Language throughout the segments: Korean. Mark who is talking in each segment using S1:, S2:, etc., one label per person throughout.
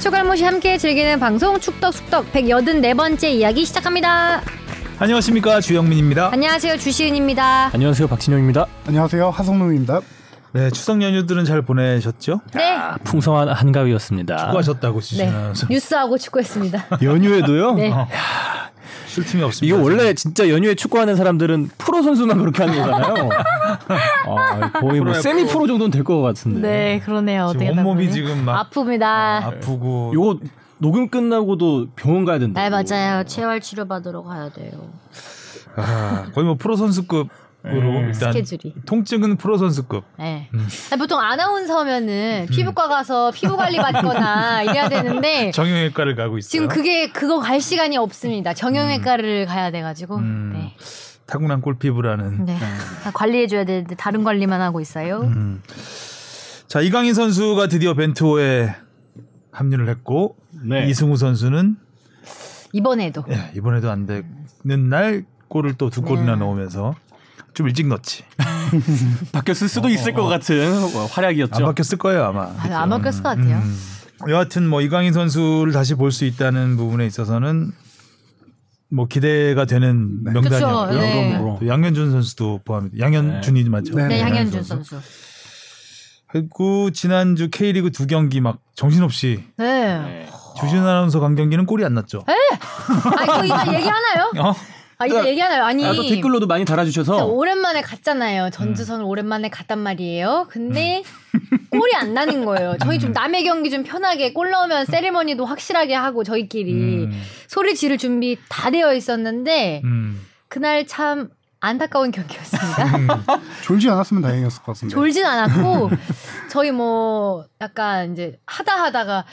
S1: 추갈모시 함께 즐기는 방송 축덕숙덕 184번째 이야기 시작합니다.
S2: 안녕하십니까 주영민입니다.
S1: 안녕하세요. 주시은입니다.
S3: 안녕하세요 박진영입니다.
S4: 안녕하세요 하성룡입니다.
S2: 네 추석 연휴들은 잘 보내셨죠?
S1: 네.
S3: 풍성한 한가위였습니다.
S2: 수고하셨다고
S1: 네.
S2: 지시면서
S1: 뉴스하고 축구했습니다.
S3: 연휴에도요? 아,
S1: 네.
S2: 쉴 틈이 없습니다.
S3: 이거 원래 진짜 연휴에 축구하는 사람들은 프로 선수만 그렇게 하는 거잖아요. 아, 거의 뭐
S2: 프로야,
S3: 세미 프로 정도는 될 것 같은데.
S5: 네, 그러네요.
S2: 지금
S5: 어떻게
S2: 온몸이
S5: 보면.
S2: 지금 막
S1: 아픕니다.
S2: 아프고
S3: 요거 녹음 끝나고도 병원 가야 된다.
S1: 네, 맞아요. 체활 치료받으러 가야 돼요.
S2: 아, 거의 뭐 프로 선수급으로 일단
S1: 네. 스케줄이.
S2: 통증은 프로 선수급.
S1: 네. 아니, 보통 아나운서면은 피부과 가서 피부 관리 받거나 이래야 되는데
S2: 정형외과를 가고 있어요.
S1: 네. 지금 그게 그거 갈 시간이 없습니다. 정형외과를 가야 돼가지고.
S2: 음.
S1: 네.
S2: 타고난 꼴피부라는.
S1: 네. 다 관리해줘야 되는데 다른 관리만 하고 있어요.
S2: 음. 자 이강인 선수가 드디어 벤투호에 합류를 했고
S3: 네.
S2: 이승우 선수는
S1: 이번에도.
S2: 예, 이번에도 안 되는 날 골을 또 두
S1: 네.
S2: 골이나 넣으면서 좀 일찍 넣었지.
S3: 바뀌었을 수도 있을 것 같은
S2: 안
S3: 활약이었죠.
S2: 바뀌었을 거예요 아마.
S1: 아유, 안 바뀌었을 것 같아요.
S2: 여하튼 뭐 이강인 선수를 다시 볼 수 있다는 부분에 있어서는 뭐 기대가 되는 명단이었고요.
S1: 네.
S3: 그럼요.
S2: 또 양현준 선수도 포함입니다. 양현준이 맞죠?
S4: 네,
S1: 네,
S4: 네,
S1: 양현준 선수.
S2: 그리고 지난주 K리그 두 경기 막 정신없이
S1: 네.
S3: 네.
S2: 주진 아나운서 간 경기는 골이 안 났죠.
S1: 아, 이거 이따 얘기하나요?
S2: 어?
S1: 아, 이따 얘기하나요? 아니.
S3: 아, 또 댓글로도 많이
S1: 진짜
S3: 달아주셔서
S1: 오랜만에 갔잖아요. 전주선을 오랜만에 갔단 말이에요. 근데 골이 안 나는 거예요. 저희 좀 남의 경기 좀 편하게 골 넣으면 세리머니도 확실하게 하고 저희끼리
S2: 음.
S1: 소리 지를 준비 다 되어 있었는데
S2: 음.
S1: 그날 참 안타까운 경기였습니다.
S4: 졸지 않았으면 다행이었을
S2: 네.
S4: 것 같습니다.
S1: 졸진 않았고 저희 뭐 약간 이제 하다 하다가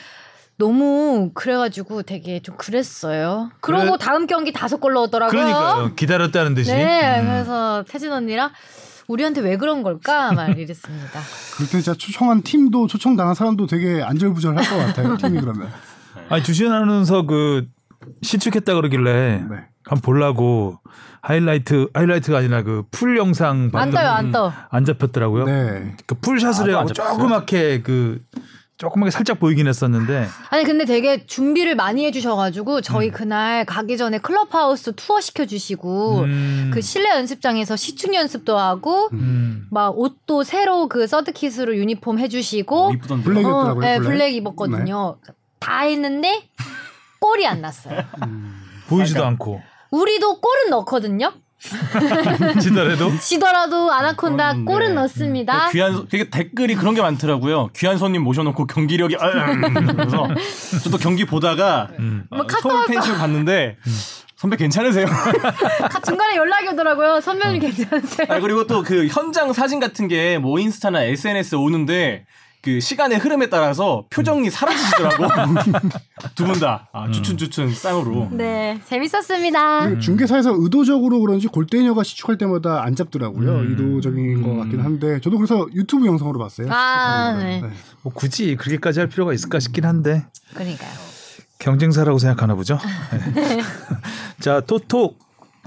S1: 너무 그래가지고 되게 좀 그랬어요. 그러고 다음 경기 다섯 골 넣었더라고요.
S2: 그러니까요. 기다렸다는 듯이.
S1: 네,
S2: 음.
S1: 그래서 태진 언니랑 우리한테 왜 그런 걸까 막 이랬습니다.
S4: 그때 진짜 초청한 팀도 초청당한 사람도 되게 안절부절할 것 같아요. 팀이 그러면.
S2: 아니 주진 아나운서 그 시축했다 그러길래
S4: 네.
S2: 한번 보려고 하이라이트 하이라이트가 아니라 그 풀 영상
S1: 안
S2: 봤더니
S1: 떠요, 안 떠.
S2: 안 잡혔더라고요.
S4: 네.
S2: 그 풀샷을
S3: 아,
S2: 해가지고
S3: 또 앉아봤어요?
S2: 조그맣게 그 조그맣게 살짝 보이긴 했었는데
S1: 아니 근데 되게 준비를 많이 해주셔가지고 저희
S2: 음.
S1: 그날 가기 전에 클럽하우스 투어 시켜주시고
S2: 음.
S1: 그 실내 연습장에서 시축 연습도 하고
S2: 음.
S1: 막 옷도 새로 그 서드킷으로 유니폼 해주시고
S3: 어, 이쁘던데.
S4: 블랙 입더라고요,
S1: 네,
S4: 블랙. 네.
S1: 블랙 입었거든요. 다 했는데 골이 안 났어요.
S2: 보이지도 않고
S1: 우리도 골은 넣거든요.
S2: 지더라도
S1: 지더라도 아나콘다
S3: 그런데,
S4: 네.
S1: 골은 넣습니다.
S3: 네, 귀한 되게 댓글이 그런 게 많더라고요. 귀한 손님 모셔놓고 경기력이 아, 그래서 저도 경기 보다가
S2: 음.
S3: 어, 서울 팬심을 봤는데 선배 괜찮으세요?
S1: 가- 중간에 연락이 오더라고요.
S4: 어.
S1: 선배님 괜찮으세요?
S3: 아 그리고 또 그 현장 사진 같은 게 뭐 인스타나 SNS 에 오는데 그 시간의 흐름에 따라서 표정이 사라지시더라고 두 분 다
S2: 음.
S3: 아, 주춘주춘 쌍으로
S1: 네, 재밌었습니다.
S4: 그리고 중개사에서 의도적으로 그런지 골대녀가 시축할 때마다 안 잡더라고요.
S2: 음.
S4: 의도적인 것
S3: 음.
S4: 같긴 한데 저도 그래서 유튜브 영상으로 봤어요.
S1: 아,
S4: 네.
S1: 네.
S2: 뭐 굳이 그렇게까지 할 필요가 있을까 싶긴 한데
S1: 그러니까요.
S2: 경쟁사라고 생각하나 보죠. 네. 자 토토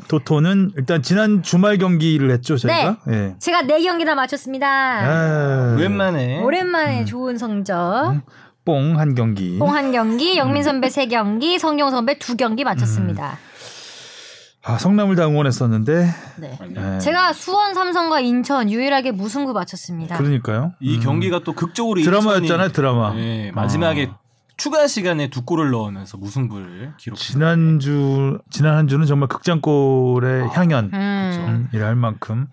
S2: 토토는 일단 지난 주말 경기를 했죠 저희가. 예.
S1: 제가 네 경기 다 맞췄습니다.
S2: 아,
S3: 오랜만에
S4: 네.
S1: 오랜만에
S4: 음.
S1: 좋은 성적.
S2: 뽕한 경기.
S1: 홍한
S4: 음.
S1: 경기, 영민 선배 세 경기, 성용 선배 두 경기 맞췄습니다.
S2: 아, 성남을 다 응원했었는데.
S4: 음.
S1: 네.
S2: 예.
S1: 제가 수원, 삼성과 인천 유일하게 무승부 맞췄습니다.
S2: 그러니까요.
S3: 이
S2: 음.
S3: 경기가 또 극적으로
S2: 드라마였잖아요
S3: 인천이-
S2: 드라마.
S3: 예, 마지막에
S2: 아.
S3: 추가 시간에 두 골을 넣으면서 무승부를 기록했습니다.
S2: 지난주 지난 한 주는 정말 극장골의 향연
S1: 아. 음.
S2: 음, 이랄 만큼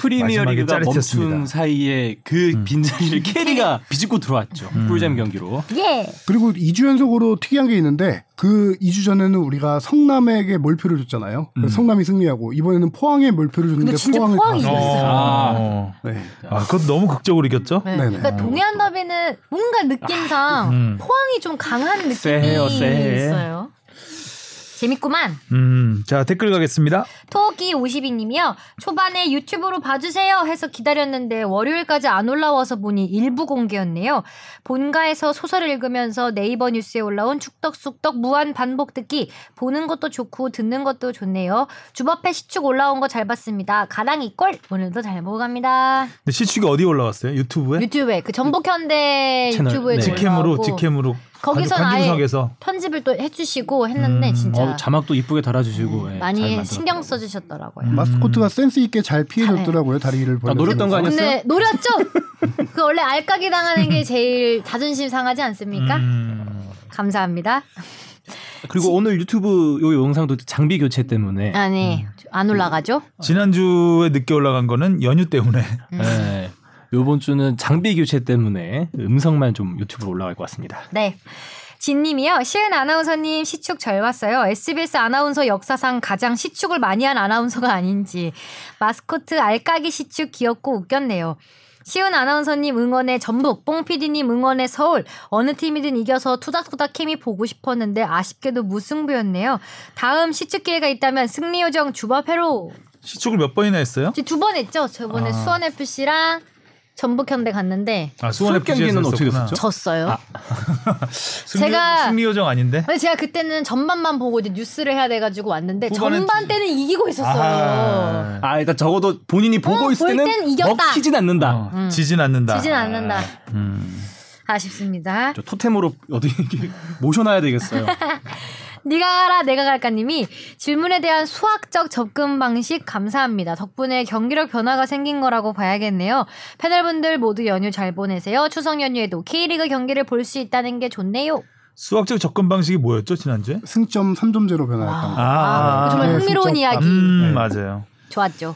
S3: 프리미어리그가
S2: 마지막에 짜릿했습니다.
S3: 멈춘 사이에 그
S5: 음.
S3: 빈자리를 캐리가 비집고 들어왔죠. 꿀잼 경기로.
S4: 그렇죠.
S1: 예.
S4: 그리고 2주 연속으로 특이한 게 있는데 그 2주 전에는 우리가 성남에게 몰표를 줬잖아요.
S3: 음.
S4: 그래서 성남이 승리하고 이번에는 포항에 몰표를 줬는데
S1: 근데 진짜
S4: 포항을
S1: 포항이
S4: 다-
S1: 이겼어요.
S3: 아.
S2: 어.
S4: 네.
S2: 아, 그것 너무 극적으로 이겼죠?
S1: 네.
S4: 네네.
S3: 음.
S1: 그러니까 동해안 더비는 뭔가 느낌상
S2: 음.
S1: 포항이 좀 강한 느낌이
S3: 아, 쎄해요, 쎄해.
S1: 있어요. 재밌구만.
S2: 음, 자 댓글 가겠습니다.
S1: 토끼 52님이요. 초반에 유튜브로 봐주세요 해서 기다렸는데 월요일까지 안 올라와서 보니 일부 공개였네요. 본가에서 소설을 읽으면서 네이버 뉴스에 올라온 축덕숙덕 무한 반복 듣기 보는 것도 좋고 듣는 것도 좋네요. 주바페 시축 올라온 거 잘 봤습니다. 가랑이 꼴 오늘도 잘 보고 갑니다.
S2: 근데 시축이 어디 올라왔어요? 유튜브에?
S1: 유튜브에 그 전북현대
S3: 채널,
S1: 유튜브에
S3: 네.
S1: 네. 올라오고
S2: 직캠으로 직캠으로
S1: 거기서
S2: 관-
S1: 아예
S2: 관중석에서
S1: 편집을 또 해주시고 했는데
S2: 음,
S1: 진짜
S5: 어, 자막도 이쁘게 달아주시고 음. 예, 잘
S1: 음, 많이
S5: 만들었어요.
S1: 신경 써주셨더라고요.
S4: 마스코트가 센스 있게 잘 피해줬더라고요 다리를 벌려.
S3: 노렸던 거 아니었어요?
S1: 근데 노렸죠? 그 원래 알까기 당하는 게 제일 자존심 상하지 않습니까?
S2: 음,
S1: 감사합니다.
S5: 그리고 오늘 유튜브 요 영상도 장비 교체 때문에
S1: 아니 네.
S5: 음.
S1: 안 올라가죠?
S2: 지난주에 늦게 올라간 거는 연휴 때문에
S1: 음.
S5: 예, 요번 주는 장비 교체 때문에 음성만 좀 유튜브로 올라갈 것 같습니다.
S1: 네. 진님이요. 시은 아나운서님 시축 잘 왔어요. SBS 아나운서 역사상 가장 시축을 많이 한 아나운서가 아닌지 마스코트 알까기 시축 귀엽고 웃겼네요. 시은 아나운서님 응원에 전북, 뽕 PD님 응원에 서울 어느 팀이든 이겨서 투닥투닥 케미 보고 싶었는데 아쉽게도 무승부였네요. 다음 시축 기회가 있다면 승리 요정 주바페로
S2: 시축을 몇 번이나 했어요?
S1: 두 번 했죠. 저번에
S2: 아.
S1: 수원 FC랑 전북 현대 갔는데
S2: 아, 수원
S5: 수원 경기는
S2: FC에서
S5: 어떻게
S2: 했었구나.
S5: 됐었죠?
S1: 졌어요.
S2: 승리,
S1: 제가-
S2: 승리 요정 아닌데?
S1: 근데 제가 그때는 전반만 보고 이제 뉴스를 해야 돼가지고 왔는데
S2: 후반엔
S1: 전반 때는 이기고 있었어요.
S2: 아하.
S5: 아, 일단 적어도 본인이 보고
S1: 어,
S5: 있을
S1: 볼
S5: 때는
S1: 땐 이겼다.
S5: 먹히진 않는다.
S2: 어, 지진 않는다.
S1: 아. 음.
S2: 음.
S1: 지진 않는다. 아쉽습니다.
S5: 저 토템으로 어디 이렇게 모셔놔야 되겠어요.
S1: 네가 가라 내가 갈까님이 질문에 대한 수학적 접근 방식 감사합니다. 덕분에 경기력 변화가 생긴 거라고 봐야겠네요. 패널분들 모두 연휴 잘 보내세요. 추석 연휴에도 K리그 경기를 볼 수 있다는 게 좋네요.
S2: 수학적 접근 방식이 뭐였죠 지난주에?
S4: 승점 3점제로 변화했다.
S2: 아,
S1: 아, 정말
S4: 네,
S1: 흥미로운
S4: 진짜
S1: 이야기.
S2: 음 맞아요.
S1: 좋았죠.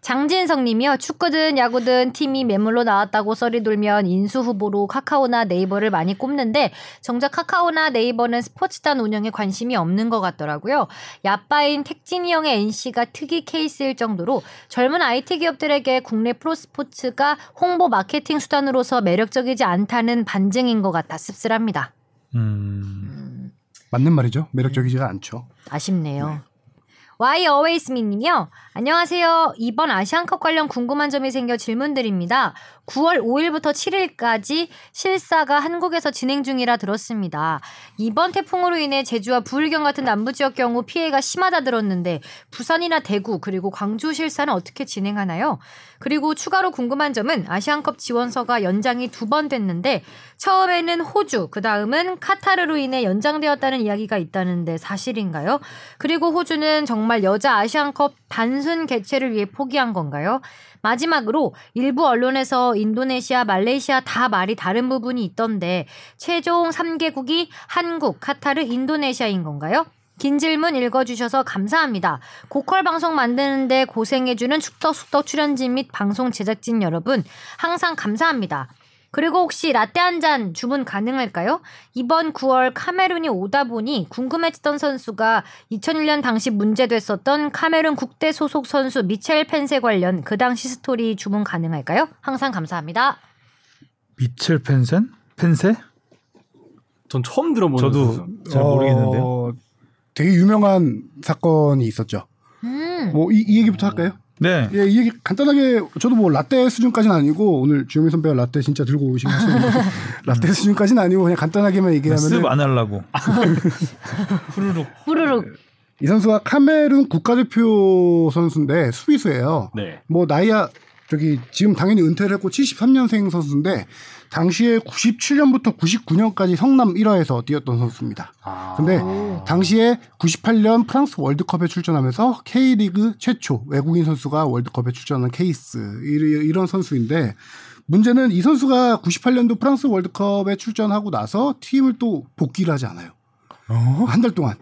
S1: 장진성 님이요. 축구든 야구든 팀이 매물로 나왔다고 썰이 돌면 인수 후보로 카카오나 네이버를 많이 꼽는데 정작 카카오나 네이버는 스포츠단 운영에 관심이 없는 것 같더라고요. 야빠인 택진이 형의 NC가 특이 케이스일 정도로 젊은 IT 기업들에게 국내 프로스포츠가 홍보 마케팅 수단으로서 매력적이지 않다는 반증인 것 같아 씁쓸합니다.
S2: 음.
S4: 맞는 말이죠. 매력적이지가 않죠.
S1: 아쉽네요. Why always me 님이요. 안녕하세요. 이번 아시안컵 관련 궁금한 점이 생겨 질문드립니다. 9월 5일부터 7일까지 실사가 한국에서 진행 중이라 들었습니다. 이번 태풍으로 인해 제주와 부울경 같은 남부 지역 경우 피해가 심하다 들었는데 부산이나 대구 그리고 광주 실사는 어떻게 진행하나요? 그리고 추가로 궁금한 점은 아시안컵 지원서가 연장이 두 번 됐는데 처음에는 호주, 그 다음은 카타르로 인해 연장되었다는 이야기가 있다는데 사실인가요? 그리고 호주는 정말 여자 아시안컵 단순 개최를 위해 포기한 건가요? 마지막으로 일부 언론에서 인도네시아, 말레이시아 다 말이 다른 부분이 있던데 최종 3개국이 한국, 카타르, 인도네시아인 건가요? 긴 질문 읽어주셔서 감사합니다. 고퀄 방송 만드는데 고생해주는 축덕숙덕 출연진 및 방송 제작진 여러분, 항상 감사합니다. 그리고 혹시 라떼 한 잔 주문 가능할까요? 이번 9월 카메룬이 오다 보니 궁금해지던 선수가 2001년 당시 문제됐었던 카메룬 국대 소속 선수 미첼 펜세 관련 그 당시 스토리 주문 가능할까요? 항상 감사합니다.
S2: 미첼 펜센? 펜세?
S3: 전 처음 들어보는
S2: 저도
S3: 선수.
S2: 잘 모르겠는데요.
S4: 어, 되게 유명한 사건이 있었죠.
S1: 음.
S4: 뭐 이 얘기부터 할까요?
S2: 네.
S4: 예, 이 얘기 간단하게 저도 뭐 라떼 수준까지는 아니고 오늘 주현미 선배가 라떼 진짜 들고 오신 것같은데 라떼 수준까지는 아니고 그냥 간단하게만 얘기하면
S2: 네, 습안 하려고.
S4: 아,
S2: 후루룩.
S1: 후루룩.
S4: 이 선수가 카메룬 국가대표 선수인데 수비수예요.
S3: 네.
S4: 뭐 나이야 저기 지금 당연히 은퇴를 했고 73년생 선수인데 당시에 97년부터 99년까지 성남 1화에서 뛰었던 선수입니다. 근데 당시에 98년 프랑스 월드컵에 출전하면서 K리그 최초 외국인 선수가 월드컵에 출전한 케이스 이- 이런 선수인데 문제는 이 선수가 98년도 프랑스 월드컵에 출전하고 나서 팀을 또 복귀를 하지 않아요. 한 달 동안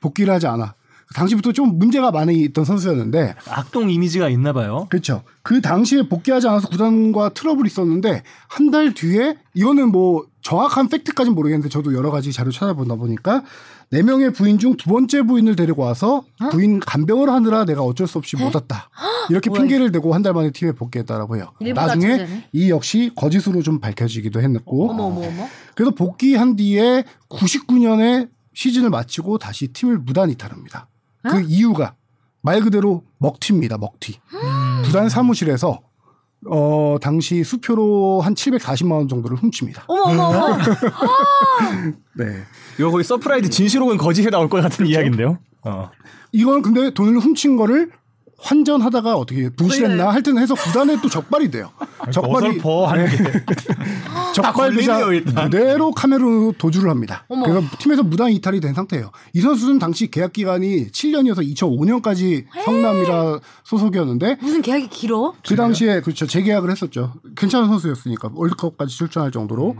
S4: 복귀를 하지 않아. 당시부터 좀 문제가 많이 있던 선수였는데
S5: 악동 이미지가 있나 봐요.
S4: 그렇죠. 그 당시에 복귀하지 않아서 구단과 트러블이 있었는데 한 달 뒤에 이거는 뭐 정확한 팩트까지는 모르겠는데 저도 여러 가지 자료 찾아보다 보니까 네 명의 부인 중 두 번째 부인을 데리고 와서
S1: 어?
S4: 부인 간병을 하느라 내가 어쩔 수
S1: 네?
S4: 없이 못 왔다. 이렇게 핑계를 대고 한 달 만에 팀에 복귀했다라고 해요.
S1: 일부
S4: 나중에
S1: 다치자네. 뭐,
S4: 이 역시 거짓으로 좀 밝혀지기도 했고
S1: 어머 어머 어머.
S4: 그래서 복귀한 뒤에 99년에 시즌을 마치고 다시 팀을 무단 이탈합니다. 그 이유가 말 그대로 먹튀입니다. 먹튀. 부단 사무실에서 어 당시 수표로 한 740만 원 정도를 훔칩니다.
S1: 어머 어머 어머.
S4: 네.
S5: 이거 거의
S2: 그렇죠.
S5: 어. 서프라이즈 진실 혹은 거짓에 나올 것 같은 이야기인데요. 어.
S4: 이건 근데 돈을 훔친 거를 환전하다가 어떻게 분실했나 하여튼 해서 구단에 또 적발이 돼요. 적발이 네.
S2: 어설퍼 하는 게
S4: 적발 기사
S3: 아. 걸리네요, 일단.
S4: 그대로 카메론으로 도주를 합니다.
S1: 어머.
S4: 그래서 팀에서 무단 이탈이 된 상태예요. 이 선수는 당시 계약 기간이 7년이어서 2005년까지 성남이라 소속이었는데
S1: 무슨 계약이 길어?
S4: 그 당시에 그렇죠 재계약을 했었죠. 괜찮은 선수였으니까 월드컵까지 출전할 정도로.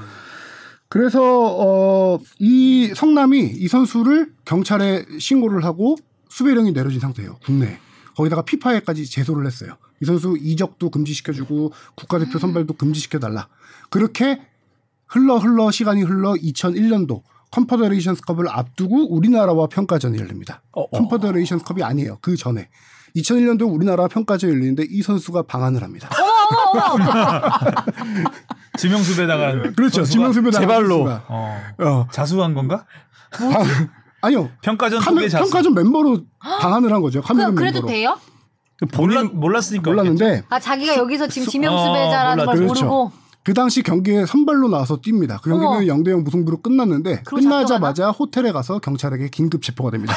S4: 그래서 어, 어이 성남이 이 선수를 경찰에 신고를 하고 수배령이 내려진 상태예요. 국내에. 거기다가 피파에까지 제소를 했어요. 이 선수 이적도 금지시켜주고 국가대표 선발도 금지시켜달라. 그렇게 흘러 흘러 시간이 흘러 2001년도 컨퍼더레이션스컵을 앞두고 우리나라와 평가전이 열립니다. 컨퍼더레이션스컵이 아니에요. 그 전에 2001년도 우리나라 평가전 이 열리는데 이 선수가 방한을 합니다.
S2: 지명수 배당한
S4: 그렇죠. 지명수배 당한
S2: 제발로
S4: 선수가.
S2: 어.
S4: 어,
S2: 자수한 건가?
S4: 방- 아니요.
S2: 평가전
S4: 카메,
S2: 속에 자수.
S4: 평가전 멤버로 방한을 한 거죠. 카메론
S1: 그, 그래도
S4: 멤버로.
S1: 돼요?
S2: 몰랐, 몰랐으니까
S4: 몰랐는데
S1: 아 자기가 여기서 지금
S2: 어,
S1: 지명수배자라는 아,
S2: 몰라.
S1: 걸
S4: 그렇죠.
S1: 모르고
S4: 그 당시 경기에 선발로 나와서 뜁니다. 그 경기는
S1: 어머.
S4: 0대 0 무승부로 끝났는데
S1: 그럼
S4: 끝나자마자 호텔에 가서 경찰에게 긴급 체포가 됩니다.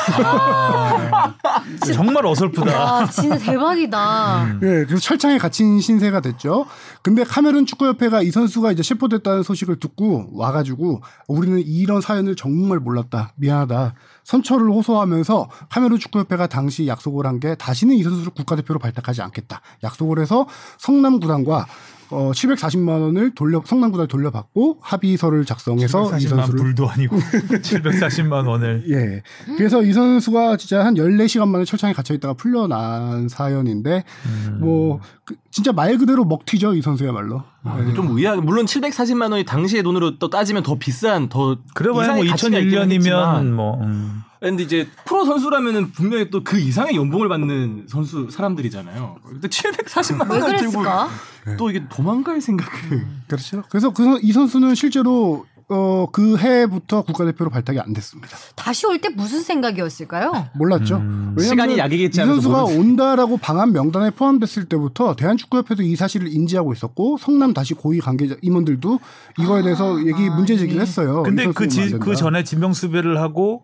S2: 겠지. 정말 어설프다.
S1: 아 진짜 대박이다.
S4: 예, 그래서 철창에 갇힌 신세가 됐죠. 근데 카메룬 축구협회가 이 선수가 이제 체포됐다는 소식을 듣고 와가지고 우리는 이런 사연을 정말 몰랐다. 미안하다. 선처를 호소하면서 카메룬 축구협회가 당시 약속을 한 게 다시는 이 선수를 국가대표로 발탁하지 않겠다. 약속을 해서 성남구단과 어, 740만 원을 돌려 성남구단 돌려받고 합의서를 작성해서 이
S2: 740만
S4: 선수를
S2: 불도 아니고 740만 원을
S4: 예. 그래서 이 선수가 진짜 한 14시간 만에 철창에 갇혀있다가 풀려난 사연인데,
S2: 음.
S4: 뭐, 그- 진짜 말 그대로 먹튀죠, 이 선수야말로. 예.
S3: 좀 의아. 물론 740만 원이 당시의 돈으로 또 따지면 더 비싼 더
S2: 그래봐야 뭐
S3: 이상의 가치가 있긴
S2: 2001년이면
S3: 하겠지만
S2: 뭐 음.
S3: 근데 이제 프로 선수라면은 분명히 또 그 이상의 연봉을 받는 선수 사람들이잖아요. 근데 740만
S1: 왜
S3: 원
S1: 그랬을까? 음.
S3: 들고
S5: 네.
S3: 또 이게 도망갈 생각을
S4: 그렇죠. 그래서 그 선- 이 선수는 실제로, 어, 그 해부터 국가대표로 발탁이 안 됐습니다.
S1: 다시 올 때 무슨 생각이었을까요?
S4: 몰랐죠.
S2: 음.
S4: 왜냐면
S3: 시간이 약이겠지
S4: 이
S3: 하면서
S4: 선수가
S3: 모르-
S4: 온다라고 방한 명단에 포함됐을 때부터 대한축구협회도 이 사실을 인지하고 있었고 성남 다시 고위 관계자 임원들도 이거에
S3: 아,
S4: 대해서 얘기 문제
S3: 예.
S4: 제기를 했어요. 이
S2: 근데
S4: 선수는
S2: 그, 지-
S4: 안 된다.
S2: 그 전에 진명수배를 하고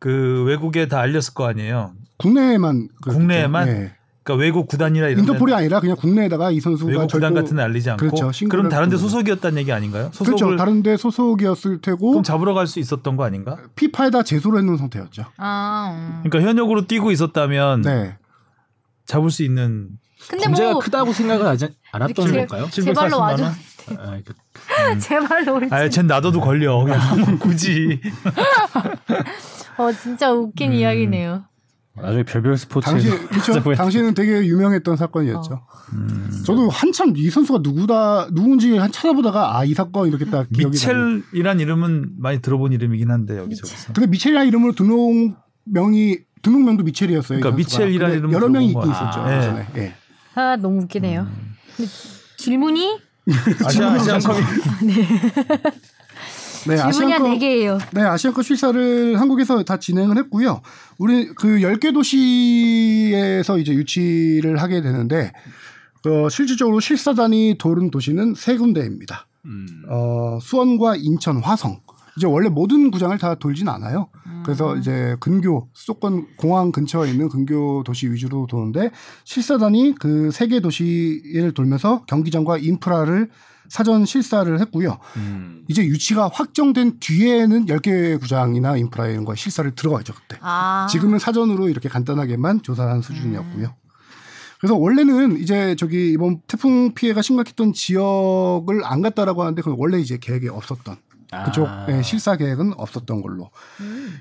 S2: 그 외국에 다 알렸을 거 아니에요.
S4: 국내에만 그랬겠죠.
S2: 국내에만?
S4: 예.
S2: 그러니까 외국 구단이나 이런
S4: 인터폴이
S2: 데는
S4: 아니라 그냥 국내에다가 이 선수가
S2: 외국 구단
S4: 절도-
S2: 같은 데 알리지 않고
S4: 그렇죠.
S2: 그럼
S4: 신고를
S2: 다른 데
S4: 했던
S2: 소속이었다는 얘기 아닌가요? 소속을
S4: 그렇죠. 다른데 네. 소속이었을 테고
S2: 그럼 잡으러 갈 수 있었던 거 아닌가?
S4: 피파에다 제소를 해놓은 상태였죠.
S1: 아 음.
S2: 그러니까 현역으로 뛰고 있었다면
S4: 네.
S2: 잡을 수 있는
S1: 근데
S5: 문제가
S1: 뭐
S5: 크다고 생각을 하지 않았던
S1: 제-
S5: 걸까요?
S1: 제발로
S2: 740만 원?
S1: 와줘.
S5: 아, 그-
S1: 제발 올지.
S2: 아예 쟨 놔둬도 걸려. 그냥 굳이
S1: 어 진짜 웃긴
S4: 음.
S1: 이야기네요.
S5: 나중에 별별
S4: 당시
S5: 스포츠에서
S4: 그렇죠. 당시에는 되게 유명했던 사건이었죠.
S1: 어.
S2: 음.
S4: 저도 한참 이 선수가 누구다 누군지 한 찾아보다가 아 이 사건 이렇게 딱 기억이 나요.
S2: 미첼이란 이름은 많이 들어본 이름이긴 한데 여기저기서.
S4: 근데 미첼이라는 이름으로 등록명이 등록명도 미첼이었어요. 이
S2: 그러니까
S4: 선수가.
S2: 미첼이라는
S4: 근데
S2: 이름으로
S4: 여러 명이 있긴
S2: 들어온 거야.
S4: 있었죠.
S2: 아,
S4: 예전에. 예.
S1: 아 너무 웃기네요.
S4: 음.
S1: 근데 질문이
S4: 그러니까
S2: 아시아 아시안컵이
S4: 그 네,
S1: 질문이 한
S4: 아시안컵-
S1: 네 개예요.
S4: 네, 아시아컵 실사를 한국에서 다 진행을 했고요. 우리 그 10개 도시에서 이제 유치를 하게 되는데, 어, 실질적으로 실사단이 도른 도시는 세 군데입니다.
S5: 음.
S4: 어, 수원과 인천, 화성. 이제 원래 모든 구장을 다 돌진 않아요.
S1: 음.
S4: 그래서 이제 근교, 수도권 공항 근처에 있는 근교 도시 위주로 도는데 실사단이 그 세 개 도시를 돌면서 경기장과 인프라를 사전 실사를 했고요.
S3: 음.
S4: 이제 유치가 확정된 뒤에는 10개 구장이나 인프라 이런 거 실사를 들어가죠, 그때.
S1: 아
S4: 지금은 사전으로 이렇게 간단하게만 조사한 수준이었고요. 그래서 원래는 이제 저기 이번 태풍 피해가 심각했던 지역을 안 갔다라고 하는데 그건 원래 이제 계획이 없었던 그쪽
S3: 아.
S4: 예, 실사 계획은 없었던 걸로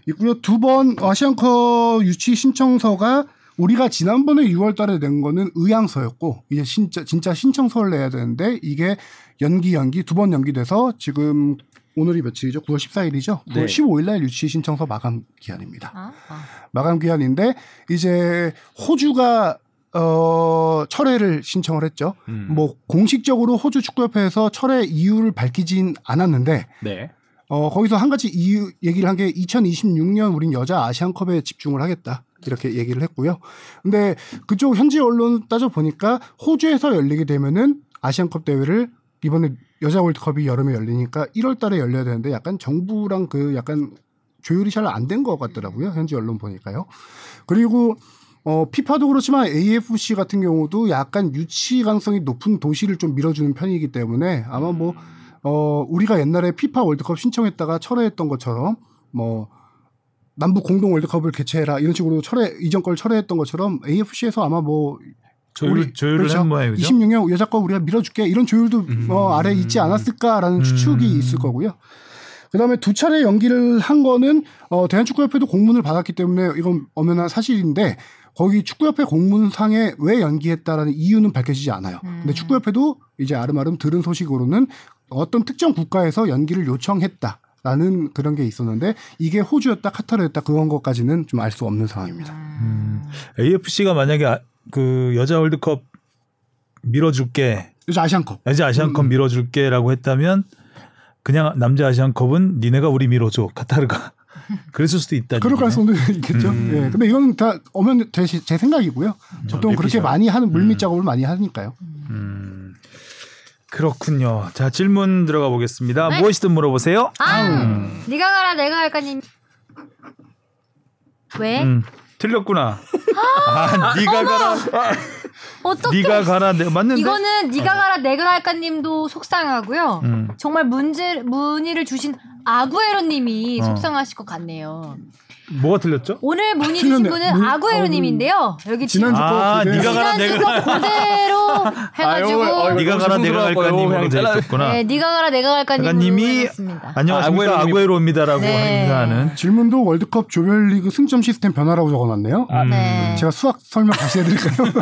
S4: 있고요. 두 번 어, 아시안컵 유치 신청서가 우리가 지난번에 6월달에 낸 거는 의향서였고 이제 진짜 진짜 신청서를 내야 되는데 이게 연기 연기 두 번 연기돼서 지금 오늘이 며칠이죠? 9월 14일이죠? 9월
S3: 네.
S4: 15일날 유치 신청서 마감 기한입니다.
S1: 아, 아.
S4: 마감 기한인데 이제 호주가 어 철회를 신청을 했죠.
S3: 음.
S4: 뭐 공식적으로 호주 축구협회에서 철회 이유를 밝히진 않았는데
S3: 네.
S4: 어 거기서 한 가지 이유 얘기를 한 게 2026년 우린 여자 아시안컵에 집중을 하겠다. 이렇게 얘기를 했고요. 근데 그쪽 현지 언론 따져 보니까 호주에서 열리게 되면은 아시안컵 대회를 이번에 여자 월드컵이 여름에 열리니까 1월 달에 열려야 되는데 약간 정부랑 그 약간 조율이 잘 안 된 것 같더라고요. 현지 언론 보니까요. 그리고 어, 피파도 그렇지만 AFC 같은 경우도 약간 유치 가능성이 높은 도시를 좀 밀어주는 편이기 때문에 아마 뭐, 어, 우리가 옛날에 피파 월드컵 신청했다가 철회했던 것처럼 뭐, 남북 공동 월드컵을 개최해라 이런 식으로 철회 이전 걸 철회했던 것처럼 AFC에서 아마 뭐
S2: 조율, 조율을
S4: 그렇죠.
S2: 한 모양이죠.
S4: 26년 여자 거 우리가 밀어줄게 이런 조율도 어, 아래 있지 않았을까라는
S2: 음.
S4: 추측이 있을 거고요. 그다음에 두 차례 연기를 한 거는 어, 대한축구협회도 공문을 받았기 때문에 이건 엄연한 사실인데 거기 축구협회 공문상에 왜 연기했다라는 이유는 밝혀지지 않아요. 근데 축구협회도 이제 아름아름 들은 소식으로는 어떤 특정 국가에서 연기를 요청했다. 라는 그런 게 있었는데 이게 호주였다 카타르였다 그런 것까지는 좀 알 수 없는 상황입니다.
S2: 음, AFC가 만약에 아- 그 여자 월드컵 밀어줄게,
S4: 요즘 아시안컵
S2: 여자
S1: 음.
S2: 아시안컵 밀어줄게라고 했다면 그냥 남자 아시안컵은 니네가 우리 밀어줘 카타르가 그랬을 수도 있다.
S4: 그럴 가능성도 있겠죠.
S2: 음.
S4: 예. 근데 이건 다 엄연 제, 제 생각이고요.
S2: 아,
S4: 보통 그렇게 많이 하는 물밑 작업을 많이 하니까요.
S2: 음, 그렇군요. 자 질문 들어가 보겠습니다.
S1: 네.
S2: 무엇이든 물어보세요.
S1: 아, 네가 가라 내가 할까님. 왜?
S2: 음, 틀렸구나. 아, 네가 가라.
S1: 어떻게?
S2: 네가 가라. 네, 맞는데.
S1: 이거는 네가 가라 내가 할까님도 속상하고요.
S2: 음.
S1: 정말 문제 문의를 주신 아구에로님이
S2: 어.
S1: 속상하실 것 같네요.
S2: 뭐가 틀렸죠?
S1: 오늘 문의 주신
S4: 틀렸네.
S1: 분은
S4: 아, 문- 어,
S1: 아구에로님인데요. 여기 지금
S4: 지난주 거
S2: 아,
S4: 그게-
S2: 네가 가라 내가
S1: 지난주거 그대로 해가지고
S2: 네가 가라 내가 할까 님
S5: 그냥
S2: 문제
S5: 잘라-
S2: 있었구나.
S1: 네, 네가 가라 내가 할까님이
S2: 작가님이 안녕하십니까
S5: 아구에로입니다.
S2: 아구에로입니다라고
S1: 네.
S2: 인사하는
S4: 질문도 월드컵 조별리그 승점 시스템 변화라고 적어놨네요.
S2: 아,
S4: 음.
S1: 네.
S4: 제가 수학 설명 다시 해드릴까요?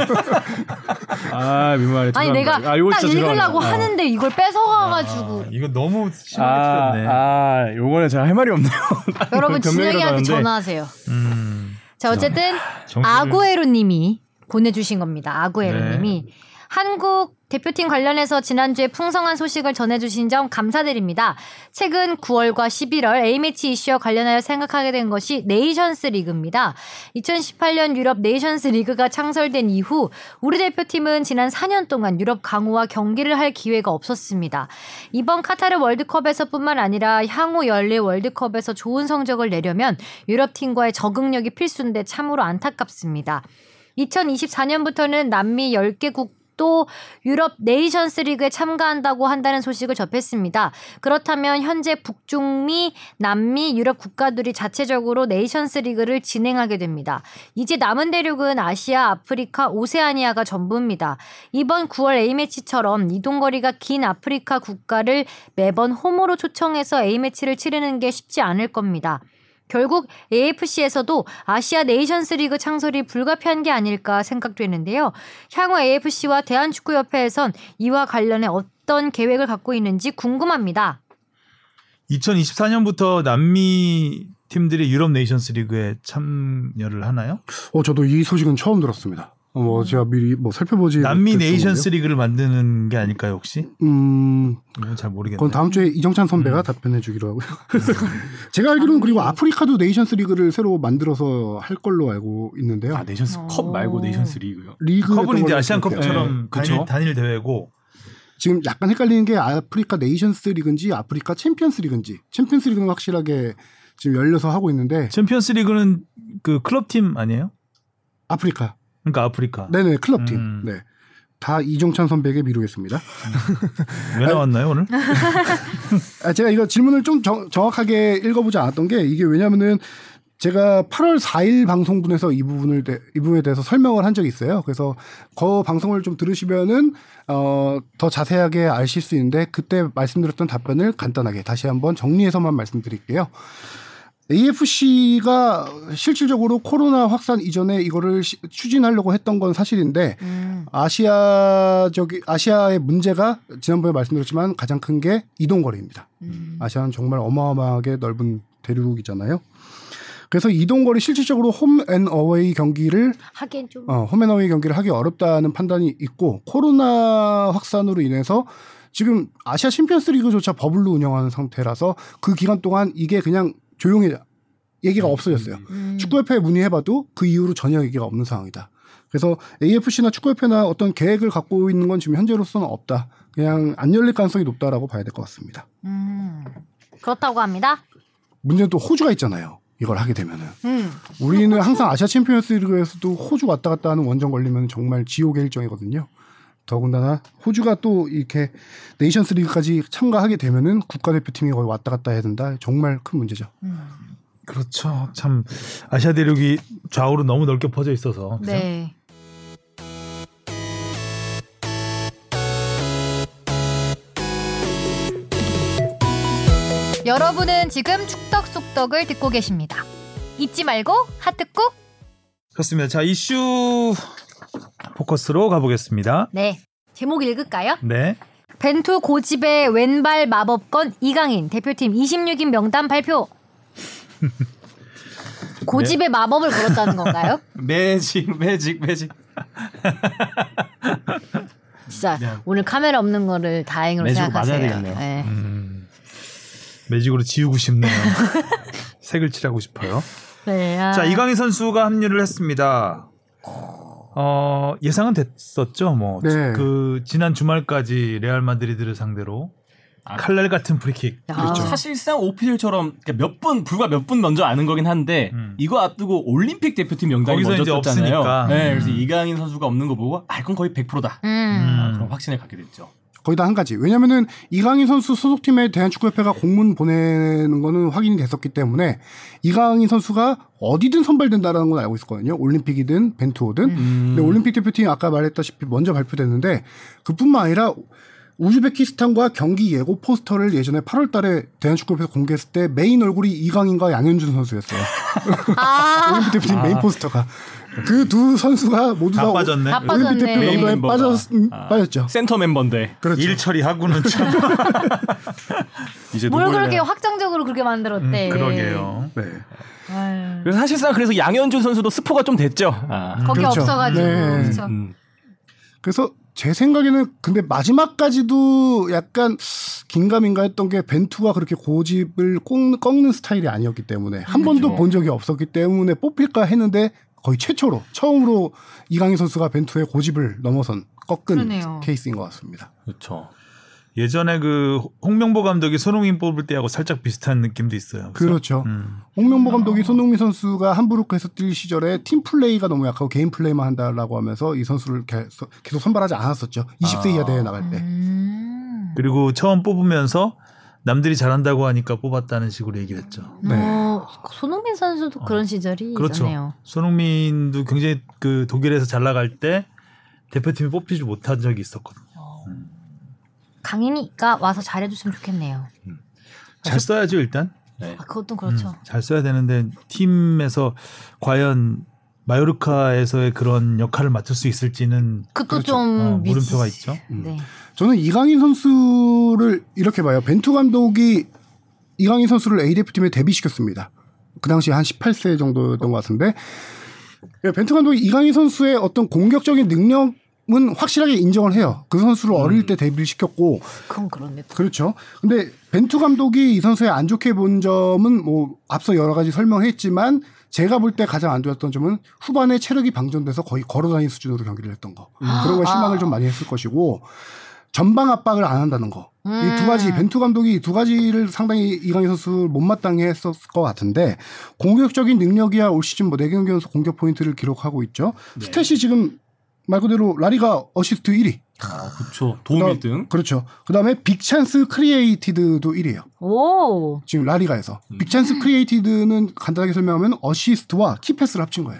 S5: 아 민망해.
S1: 아니 내가 딱 읽으려고 하는데 이걸 뺏어가가지고
S2: 이거 너무 심하게
S5: 아,
S2: 틀렸네.
S5: 아, 요거는 제가 할 말이 없네요.
S1: 여러분
S5: 변명이라도
S1: 진영이한테
S5: 하는데.
S1: 전화하세요.
S2: 음,
S1: 자 어쨌든
S2: 정신을-
S1: 아구에로님이 보내주신 겁니다. 아구에로님이 한국 대표팀 관련해서 지난주에 풍성한 소식을 전해주신 점 감사드립니다. 최근 9월과 11월 A매치 이슈와 관련하여 생각하게 된 것이 네이션스 리그입니다. 2018년 유럽 네이션스 리그가 창설된 이후 우리 대표팀은 지난 4년 동안 유럽 강호와 경기를 할 기회가 없었습니다. 이번 카타르 월드컵에서뿐만 아니라 향후 열릴 월드컵에서 좋은 성적을 내려면 유럽 팀과의 적응력이 필수인데 참으로 안타깝습니다. 2024년부터는 남미 10개국 도 유럽 네이션스 리그에 참가한다고 한다는 소식을 접했습니다. 그렇다면 현재 북중미, 남미, 유럽 국가들이 자체적으로 네이션스 리그를 진행하게 됩니다. 이제 남은 대륙은 아시아, 아프리카, 오세아니아가 전부입니다. 이번 9월 A매치처럼 이동거리가 긴 아프리카 국가를 매번 홈으로 초청해서 A매치를 치르는 게 쉽지 않을 겁니다. 결국 AFC에서도 아시아 네이션스 리그 창설이 불가피한 게 아닐까 생각되는데요. 향후 AFC와 대한축구협회에선 이와 관련해 어떤 계획을 갖고 있는지 궁금합니다.
S2: 2024년부터 남미 팀들이 유럽 네이션스 리그에 참여를 하나요?
S4: 어, 저도 이 소식은 처음 들었습니다. 어, 뭐 제가 미리 뭐 살펴보지
S2: 음.
S5: 그
S2: 남미
S4: 못했었는데요.
S2: 네이션스 리그를 만드는 게 아닐까요 혹시?
S4: 음,
S2: 이건 잘 모르겠네.
S4: 그건 다음 주에 이정찬 선배가 답변해 주기로 하고요. 제가 알기로는 그리고 아프리카도 네이션스 리그를 새로 만들어서 할 걸로 알고 있는데요.
S5: 아 네이션스
S1: 어.
S5: 컵 말고 네이션스 리그요.
S4: 리그
S2: 컵은 이제
S5: 네,
S2: 아시안컵처럼
S5: 그쵸.
S2: 단일, 단일 대회고
S4: 지금 약간 헷갈리는 게 아프리카 네이션스 리그인지 아프리카 챔피언스 리그인지 챔피언스 리그는 확실하게 지금 열려서 하고 있는데
S2: 챔피언스 리그는 그 클럽 팀 아니에요?
S4: 아프리카
S2: 그러니까 아프리카.
S4: 네네 클럽팀
S2: 음.
S4: 네. 다 이종찬 선배에게 미루겠습니다.
S2: 왜 나왔나요 오늘?
S5: 네.
S4: 아, 제가 이거 질문을 좀 정, 확하게 읽어보지 않았던 게 이게 왜냐면은 제가 8월 4일 방송분에서 이 부분을 대- 이 부분에 대해서 설명을 한 적이 있어요. 그래서 그 방송을 좀 들으시면은 어, 더 자세하게 아실 수 있는데 그때 말씀드렸던 답변을 간단하게 다시 한번 정리해서만 말씀드릴게요. AFC가 실질적으로 코로나 확산 이전에 이거를 시- 추진하려고 했던 건 사실인데 아시아적이 아시아의 문제가 지난번에 말씀드렸지만 가장 큰 게 이동 거리입니다.
S1: 음.
S4: 아시아는 정말 어마어마하게 넓은 대륙이잖아요. 그래서 이동 거리 실질적으로 홈앤 어웨이 경기를
S1: 하긴 좀
S4: 어, 홈앤어웨이 경기를 하기 어렵다는 판단이 있고 코로나 확산으로 인해서 지금 아시아 챔피언스 리그조차 버블로 운영하는 상태라서 그 기간 동안 이게 그냥 조용히 얘기가 없어졌어요.
S1: 음.
S4: 축구협회에 문의해봐도 그 이후로 전혀 얘기가 없는 상황이다. 그래서 AFC나 축구협회나 어떤 계획을 갖고 있는 건 지금 현재로서는 없다. 그냥 안 열릴 가능성이 높다라고 봐야 될 것 같습니다.
S1: 음. 그렇다고 합니다.
S4: 문제는 또 호주가 있잖아요. 이걸 하게 되면은
S1: 음.
S4: 우리는 항상 아시아 챔피언스 리그에서도 호주 왔다 갔다 하는 원정 걸리면 정말 지옥의 일정이거든요. 더군다나 호주가 또 이렇게 네이션스 리그까지 참가하게 되면은 국가대표팀이 거의 왔다 갔다 해야 된다. 정말 큰 문제죠.
S2: 그렇죠. 참 아시아 대륙이 좌우로 너무 넓게 퍼져 있어서 그죠?
S1: 네. 여러분은 지금 축덕숙덕을 듣고 계십니다. 잊지 말고 하트 꾹.
S2: 그렇습니다. 자 이슈 포커스로 가보겠습니다.
S1: 네. 제목 읽을까요?
S2: 네.
S1: 벤투 고집의 왼발 마법건 이강인 대표팀 26인 명단 발표.
S5: 네.
S1: 고집의 마법을 걸었다는 건가요?
S3: 매직 매직 매직.
S1: 진짜 오늘 카메라 없는 거를 다행으로
S5: 네. 매주로
S1: 생각하세요.
S5: 맞아야 되겠네요.
S1: 예.
S2: 음, 매직으로 지우고 싶네요. 색을 칠하고 싶어요.
S1: 네, 아.
S2: 자 이강인 선수가 합류를 했습니다. 어 예상은 됐었죠. 뭐
S4: 네.
S2: 그 지난 주말까지 레알 마드리드를 상대로 칼날 같은 프리킥.
S1: 야.
S5: 그렇죠.
S3: 사실상 오피셜처럼 그러니까 몇 분 불과 몇 분 먼저 아는 거긴 한데
S2: 음.
S3: 이거 앞두고 올림픽 대표팀 명단이
S2: 거기서
S3: 먼저
S2: 이제
S3: 떴잖아요.
S2: 없으니까.
S3: 네,
S2: 음.
S3: 그래서 이강인 선수가 없는 거 보고 아 이건 거의 100%다. 아,
S1: 음.
S2: 음.
S3: 그런 확신을 갖게 됐죠.
S4: 거의 다 한 가지. 왜냐면은 이강인 선수 소속팀에 대한축구협회가 공문 보내는 거는 확인이 됐었기 때문에 이강인 선수가 어디든 선발된다라는 건 알고 있었거든요. 올림픽이든 벤투호든.
S3: 음.
S4: 근데 올림픽 대표팀이 아까 말했다시피 먼저 발표됐는데 그뿐만 아니라 우즈베키스탄과 경기 예고 포스터를 예전에 8월 달에 대한축구협회에서 공개했을 때 메인 얼굴이 이강인과 양현준 선수였어요.
S2: 음.
S1: 아,
S4: 올림픽 대표팀 메인 포스터가. 그 두 선수가 모두 다
S2: 다
S4: 오-
S2: 빠졌네.
S1: 다
S4: 올림픽
S1: 빠졌네요.
S4: 대표팀
S1: 메인
S4: 명단에
S3: 멤버가.
S4: 빠졌, 음,
S3: 아.
S4: 빠졌죠.
S3: 센터 멤버인데
S4: 그렇죠.
S2: 일 처리하고는 참.
S3: 이제
S1: 뭘
S3: 누구를
S1: 그렇게 확정적으로 그렇게 만들었대.
S2: 음, 그러게요.
S4: 네.
S1: 아유.
S3: 그래서 사실상 그래서 양현준 선수도 스포가 좀 됐죠. 아.
S1: 거기
S4: 그렇죠.
S1: 없어가지고
S4: 네.
S1: 그렇죠.
S3: 음.
S4: 그래서 제 생각에는 근데 마지막까지도 약간 긴가민가 했던 게 벤투가 그렇게 고집을 꺾는, 꺾는 스타일이 아니었기 때문에 한
S1: 그렇죠.
S4: 번도 본 적이 없었기 때문에 뽑힐까 했는데 거의 최초로 처음으로 이강인 선수가 벤투의 고집을 넘어선 꺾은
S1: 그러네요.
S4: 케이스인 것 같습니다.
S3: 그렇죠.
S2: 예전에 그 홍명보 감독이 손흥민 뽑을 때하고 살짝 비슷한 느낌도 있어요. 그래서,
S4: 그렇죠.
S2: 음,
S4: 홍명보 감독이 손흥민 선수가 함부르크에서 뛸 시절에 팀 플레이가 너무 약하고 개인 플레이만 한다라고 하면서 이 선수를 계속, 계속 선발하지 않았었죠. 20세
S2: 아.
S4: 이하 대회 나갈
S2: 네.
S4: 때.
S1: 음.
S2: 그리고 처음 뽑으면서 남들이 잘한다고 하니까 뽑았다는 식으로 얘기를 했죠.
S4: 네.
S1: 어, 손흥민 선수도 그런 시절이
S2: 어. 그렇죠.
S1: 있었네요.
S2: 손흥민도 굉장히 그 독일에서 잘 나갈 때 대표팀이 뽑히지 못한 적이 있었거든요.
S1: 강인이가 와서 잘해줬으면 좋겠네요.
S2: 잘 써야죠 일단.
S1: 아, 그것도 그렇죠.
S2: 음, 잘 써야 되는데 팀에서 과연 마요르카에서의 그런 역할을 맡을 수 있을지는
S1: 그것도
S2: 그렇죠.
S1: 좀
S2: 어,
S1: 미치-
S2: 물음표가 있죠.
S1: 네.
S4: 저는 이강인 선수를 이렇게 봐요. 벤투 감독이 이강인 선수를 A 대표팀에 데뷔시켰습니다. 그 당시 한 18세 정도였던 것 같은데 예, 벤투 감독이 이강인 선수의 어떤 공격적인 능력은 확실하게 인정을 해요. 그 선수를 어릴 때 데뷔를 시켰고
S1: 그건 그렇네. 또.
S4: 그렇죠. 근데 벤투 감독이 이 선수의 안 좋게 본 점은 뭐 앞서 여러 가지 설명했지만 제가 볼 때 가장 안 좋았던 점은 후반에 체력이 방전돼서 거의 걸어다니는 수준으로 경기를 했던 거. 그런 거에 실망을 좀 많이 했을 것이고 전방 압박을 안 한다는 거. 이
S1: 음.
S4: 두 가지 벤투 감독이 이 두 가지를 상당히 이강인 선수 못마땅해 했었을 것 같은데 공격적인 능력이야 올 시즌 뭐 4경기 연속 공격 포인트를 기록하고 있죠. 스탯이 지금 말 그대로 라리가 어시스트 1위.
S3: 그렇죠. 도움
S4: 그다음-
S3: 1등.
S4: 그렇죠. 그다음에 빅찬스 크리에이티드도 1위예요.
S1: 오.
S4: 지금 라리가에서
S2: 음.
S4: 빅찬스 크리에이티드는 간단하게 설명하면 어시스트와 키패스를 합친 거예요.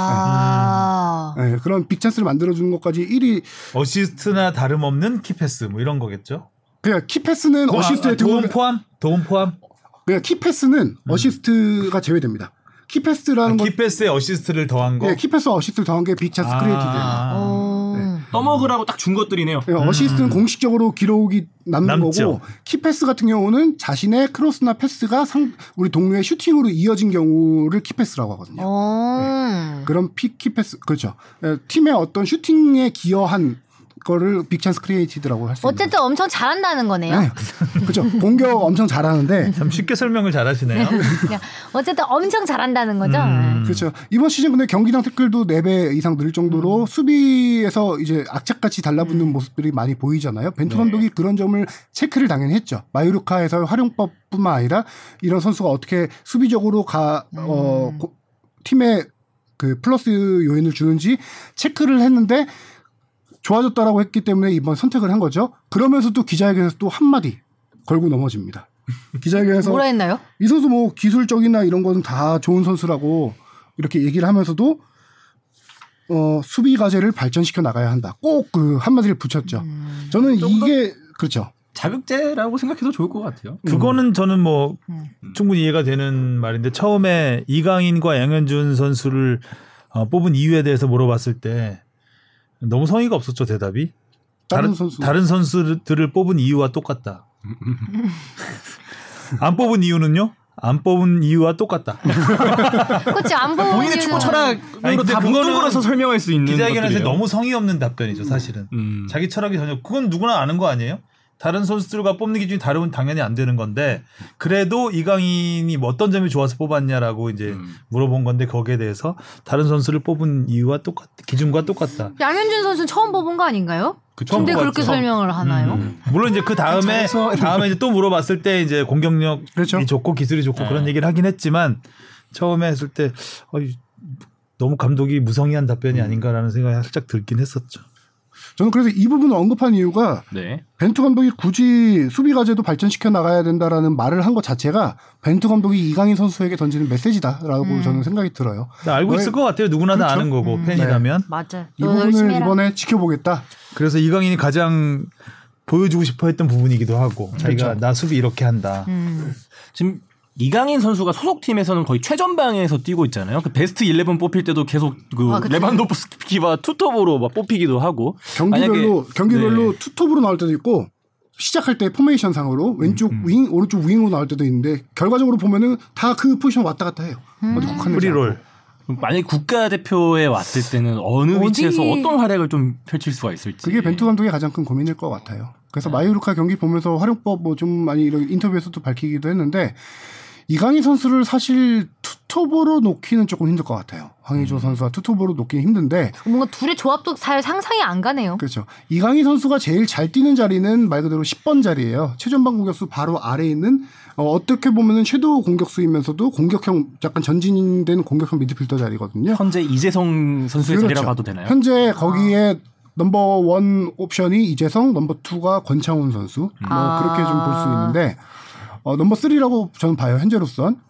S1: 아.
S2: 네.
S4: 예, 그런 빅찬스를 만들어주는 것까지 1위.
S2: 어시스트나 다름없는 키패스 뭐 이런 거겠죠.
S4: 그냥 그러니까 키패스는
S2: 아,
S4: 어시스트에
S2: 아, 도움
S4: 들어오면
S2: 포함? 도움 포함?
S4: 그냥 키패스는 어시스트가 제외됩니다.
S2: 아,
S4: 키패스라는 건
S2: 키패스에 어시스트를 더한 거.
S4: 예, 키패스 어시스트 더한 게 빅찬스 크리에이티드예요.
S2: 아,
S1: 오.
S3: 떠먹으라고 딱 준 것들이네요.
S4: 예, 어시스트는 공식적으로 기록이 남는
S2: 음. 남죠.
S4: 거고 키패스 같은 경우는 자신의 크로스나 패스가 상, 우리 동료의 슈팅으로 이어진 경우를 키패스라고
S2: 네.
S4: 하거든요.
S1: 오.
S4: 예, 그런 피키패스 그렇죠. 에, 팀의 어떤 슈팅에 기여한 거를 빅찬스 크리에이티드라고 할 수 있는. 예,
S1: 어쨌든 엄청 잘한다는 거네요.
S4: 그죠. 공격 엄청 잘하는데
S2: 참 쉽게 설명을 잘하시네요.
S1: 그냥 어쨌든 엄청 잘한다는 거죠.
S2: 음.
S4: 그렇죠. 이번 시즌 근데 경기당 태클도 4배 이상 늘 정도로
S1: 음.
S4: 수비에서 이제 악착같이 달라붙는 모습들이 많이 보이잖아요.
S1: 네.
S4: 벤투 감독이 그런 점을 체크를 당연히 했죠. 마요르카에서 활용법뿐만 아니라 이런 선수가 어떻게 수비적으로 가, 어,
S1: 음.
S4: 고- 팀에 그 플러스 요인을 주는지 체크를 했는데 좋아졌다라고 했기 때문에 이번 선택을 한 거죠. 그러면서도 기자회견에서 또 한마디 걸고 넘어집니다. 기자회견에서
S1: 뭐라 했나요?
S4: 이 선수 뭐 기술적이나 이런 거는 다 좋은 선수라고 이렇게 얘기를 하면서도 어, 수비 과제를 발전시켜 나가야 한다. 꼭 그 한마디를 붙였죠. 저는
S1: 음.
S4: 이게 그렇죠.
S5: 자극제라고 생각해도 좋을 것 같아요.
S2: 그거는 저는 뭐
S1: 음.
S2: 충분히 이해가 되는 말인데 처음에 이강인과 양현준 선수를 어, 뽑은 이유에 대해서 물어봤을 때 너무 성의가 없었죠 대답이.
S4: 다른
S2: 다른-
S4: 선수
S2: 다른 선수들을 뽑은 이유와 똑같다. 안 뽑은 이유는요? 안 뽑은 이유와 똑같다.
S1: 그렇지 안 보는
S3: 본인의
S1: 이유는
S3: 축구
S2: 아니,
S3: 철학으로
S2: 근데
S3: 다
S2: 그거는
S3: 묶어서 설명할 수 있는
S2: 기자회견에서
S3: 것들이에요.
S2: 너무 성의 없는 답변이죠 사실은.
S5: 음.
S2: 자기 철학이 전혀 그건 누구나 아는 거 아니에요? 다른 선수들과 뽑는 기준이 다르면 당연히 안 되는 건데 그래도 이강인이 뭐 어떤 점이 좋아서 뽑았냐라고
S3: 예.
S2: 이제
S4: 음.
S2: 물어본 건데 거기에 대해서 다른 선수를 뽑은 이유와 똑같 기준과 똑같다.
S1: 양현준 선수는 처음 뽑은 거 아닌가요?
S2: 처음
S1: 근데
S4: 뭐
S2: 뽑았죠.
S1: 그렇게 설명을 하나요?
S3: 음.
S4: 음.
S2: 물론 이제 그 다음에
S4: 잘했어.
S2: 다음에 이제 또 물어봤을 때 이제 공격력이
S4: 그렇죠.
S2: 좋고 기술이 좋고 그런 얘기를 하긴 했지만 처음에 했을 때 어, 이- 너무 감독이 무성의한 답변이 아닌가라는 생각이 살짝 들긴 했었죠.
S4: 저는 그래서 이 부분을 언급한 이유가
S5: 네.
S4: 벤투 감독이 굳이 수비 과제도 발전시켜 나가야 된다라는 말을 한 것 자체가 벤투 감독이 이강인 선수에게 던지는 메시지다라고 저는 생각이 들어요.
S2: 근데 알고
S4: 너의-
S2: 있을 것 같아요. 누구나 다
S4: 그렇죠.
S2: 아는 거고
S1: 음.
S2: 팬이라면.
S1: 맞아.
S4: 이
S1: 너 열심히
S4: 부분을
S1: 해라.
S4: 이번에 지켜보겠다.
S2: 네. 그래서 이강인이 가장 보여주고 싶어했던 부분이기도 하고 자기가 나 수비 이렇게 한다.
S1: 음.
S5: 지금
S3: 이강인 선수가 소속팀에서는 거의 최전방에서 뛰고 있잖아요. 그 베스트 11 뽑힐 때도 계속 그
S1: 아, 그쵸.
S3: 레반도프스키와 투톱으로 막 뽑히기도 하고.
S4: 경기별로
S3: 만약에-
S4: 경기별로
S3: 네.
S4: 투톱으로 나올 때도 있고 시작할 때 포메이션 상으로 왼쪽
S3: 음,
S4: 윙 오른쪽 윙으로 나올 때도 있는데 결과적으로 보면은 다 그 포지션 왔다 갔다 해요. 어디 국한되지 않고.
S2: 프리롤.
S3: 만약에 국가대표에 왔을 때는 어느
S1: 어디-
S3: 위치에서 어떤 활약을 좀 펼칠 수가 있을지.
S4: 그게 벤투 감독의 가장 큰 고민일 것 같아요. 그래서 마이오르카 경기 보면서 활용법 뭐 좀 많이 이런 인터뷰에서도 밝히기도 했는데 이강인 선수를 사실 투톱으로 놓기는 조금 힘들 것 같아요.
S3: 음.
S4: 황의조 선수가 투톱으로 놓기는 힘든데
S1: 뭔가 둘의 조합도 잘 상상이 안 가네요.
S4: 그렇죠. 이강인 선수가 제일 잘 뛰는 자리는 말 그대로 10번 자리예요. 최전방 공격수 바로 아래에 있는 어, 떻게 보면은 섀도우 공격수이면서도 공격형 약간 전진된 공격형 미드필더 자리거든요.
S3: 현재 이재성 선수의 자리라고 봐도 되나요?
S4: 그렇죠. 현재 거기에 넘버 원 옵션이 이재성, 넘버 투가 권창훈 선수 뭐
S1: 아.
S4: 그렇게 좀 볼 수 있는데 어, 넘버 쓰리라고 저는 봐요 현재로선.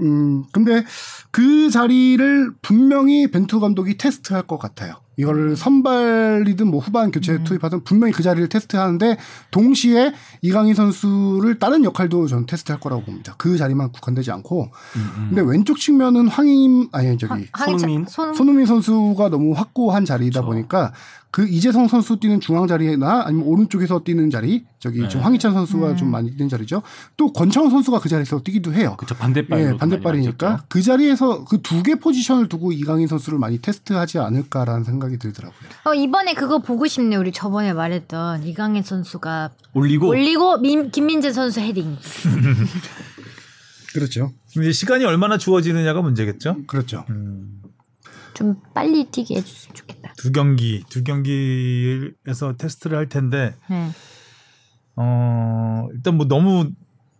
S4: 음 근데 그 자리를 분명히 벤투 감독이 테스트할 것 같아요. 이거를 선발이든 뭐 후반 교체 투입하든 분명히 그 자리를 테스트하는데 동시에 이강인 선수를 다른 역할도 저는 테스트할 거라고 봅니다. 그 자리만 국한되지 않고.
S3: 음,
S4: 근데 왼쪽 측면은 황임 아니 저기
S3: 손흥민?
S1: 손
S4: 손흥민 선수가 너무 확고한 자리이다
S3: 그렇죠.
S4: 보니까 그 이재성 선수 뛰는 중앙 자리나 아니면 오른쪽에서 뛰는 자리 저기
S3: 네.
S4: 좀 황희찬 선수가 좀 많이 뛰는 자리죠. 또 권창훈 선수가 그 자리에서 뛰기도 해요.
S3: 그쵸 반대발로
S4: 예, 반대발이니까 그 자리에서 그 두 개 포지션을 두고 이강인 선수를 많이 테스트하지 않을까라는 생각이 들더라고요.
S1: 어, 이번에 그거 보고 싶네. 우리 저번에 말했던 이강인 선수가
S3: 올리고
S1: 올리고 민- 김민재 선수 헤딩.
S4: 그렇죠.
S2: 이제 시간이 얼마나 주어지느냐가 문제겠죠.
S4: 그렇죠.
S3: 음.
S1: 좀 빨리 뛰게 해줬으면 좋겠다.
S2: 두 경기 두 경기에서 테스트를 할 텐데
S1: 네.
S2: 어, 일단 뭐 너무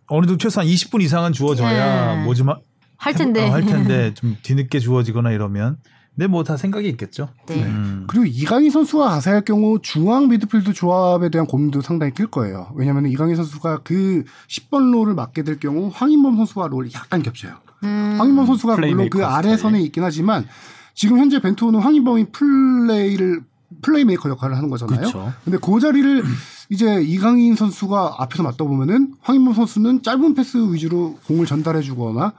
S2: 어느 정도 최소한 20분 이상은 주어져야
S1: 네.
S2: 뭐좀 하-
S1: 할 텐데.
S2: 어, 할 텐데 좀 뒤늦게 주어지거나 이러면 근데 뭐 다 생각이 있겠죠.
S1: 네.
S2: 음.
S4: 그리고 이강인 선수가 가세할 경우 중앙 미드필드 조합에 대한 고민도 상당히 클 거예요. 왜냐하면 이강인 선수가 그 10번 롤을 맡게 될 경우 황인범 선수와 롤이 약간 겹쳐요.
S1: 음,
S4: 황인범 선수가 물론
S3: 플레이메이커
S4: 그 아래선에
S3: 스타일.
S4: 있긴 하지만 지금 현재 벤투호는 황인범이 플레이를 플레이메이커 역할을 하는 거잖아요.
S3: 그쵸.
S4: 근데 그 자리를 이제 이강인 선수가 앞에서 맞다 보면은 황인범 선수는 짧은 패스 위주로 공을 전달해 주거나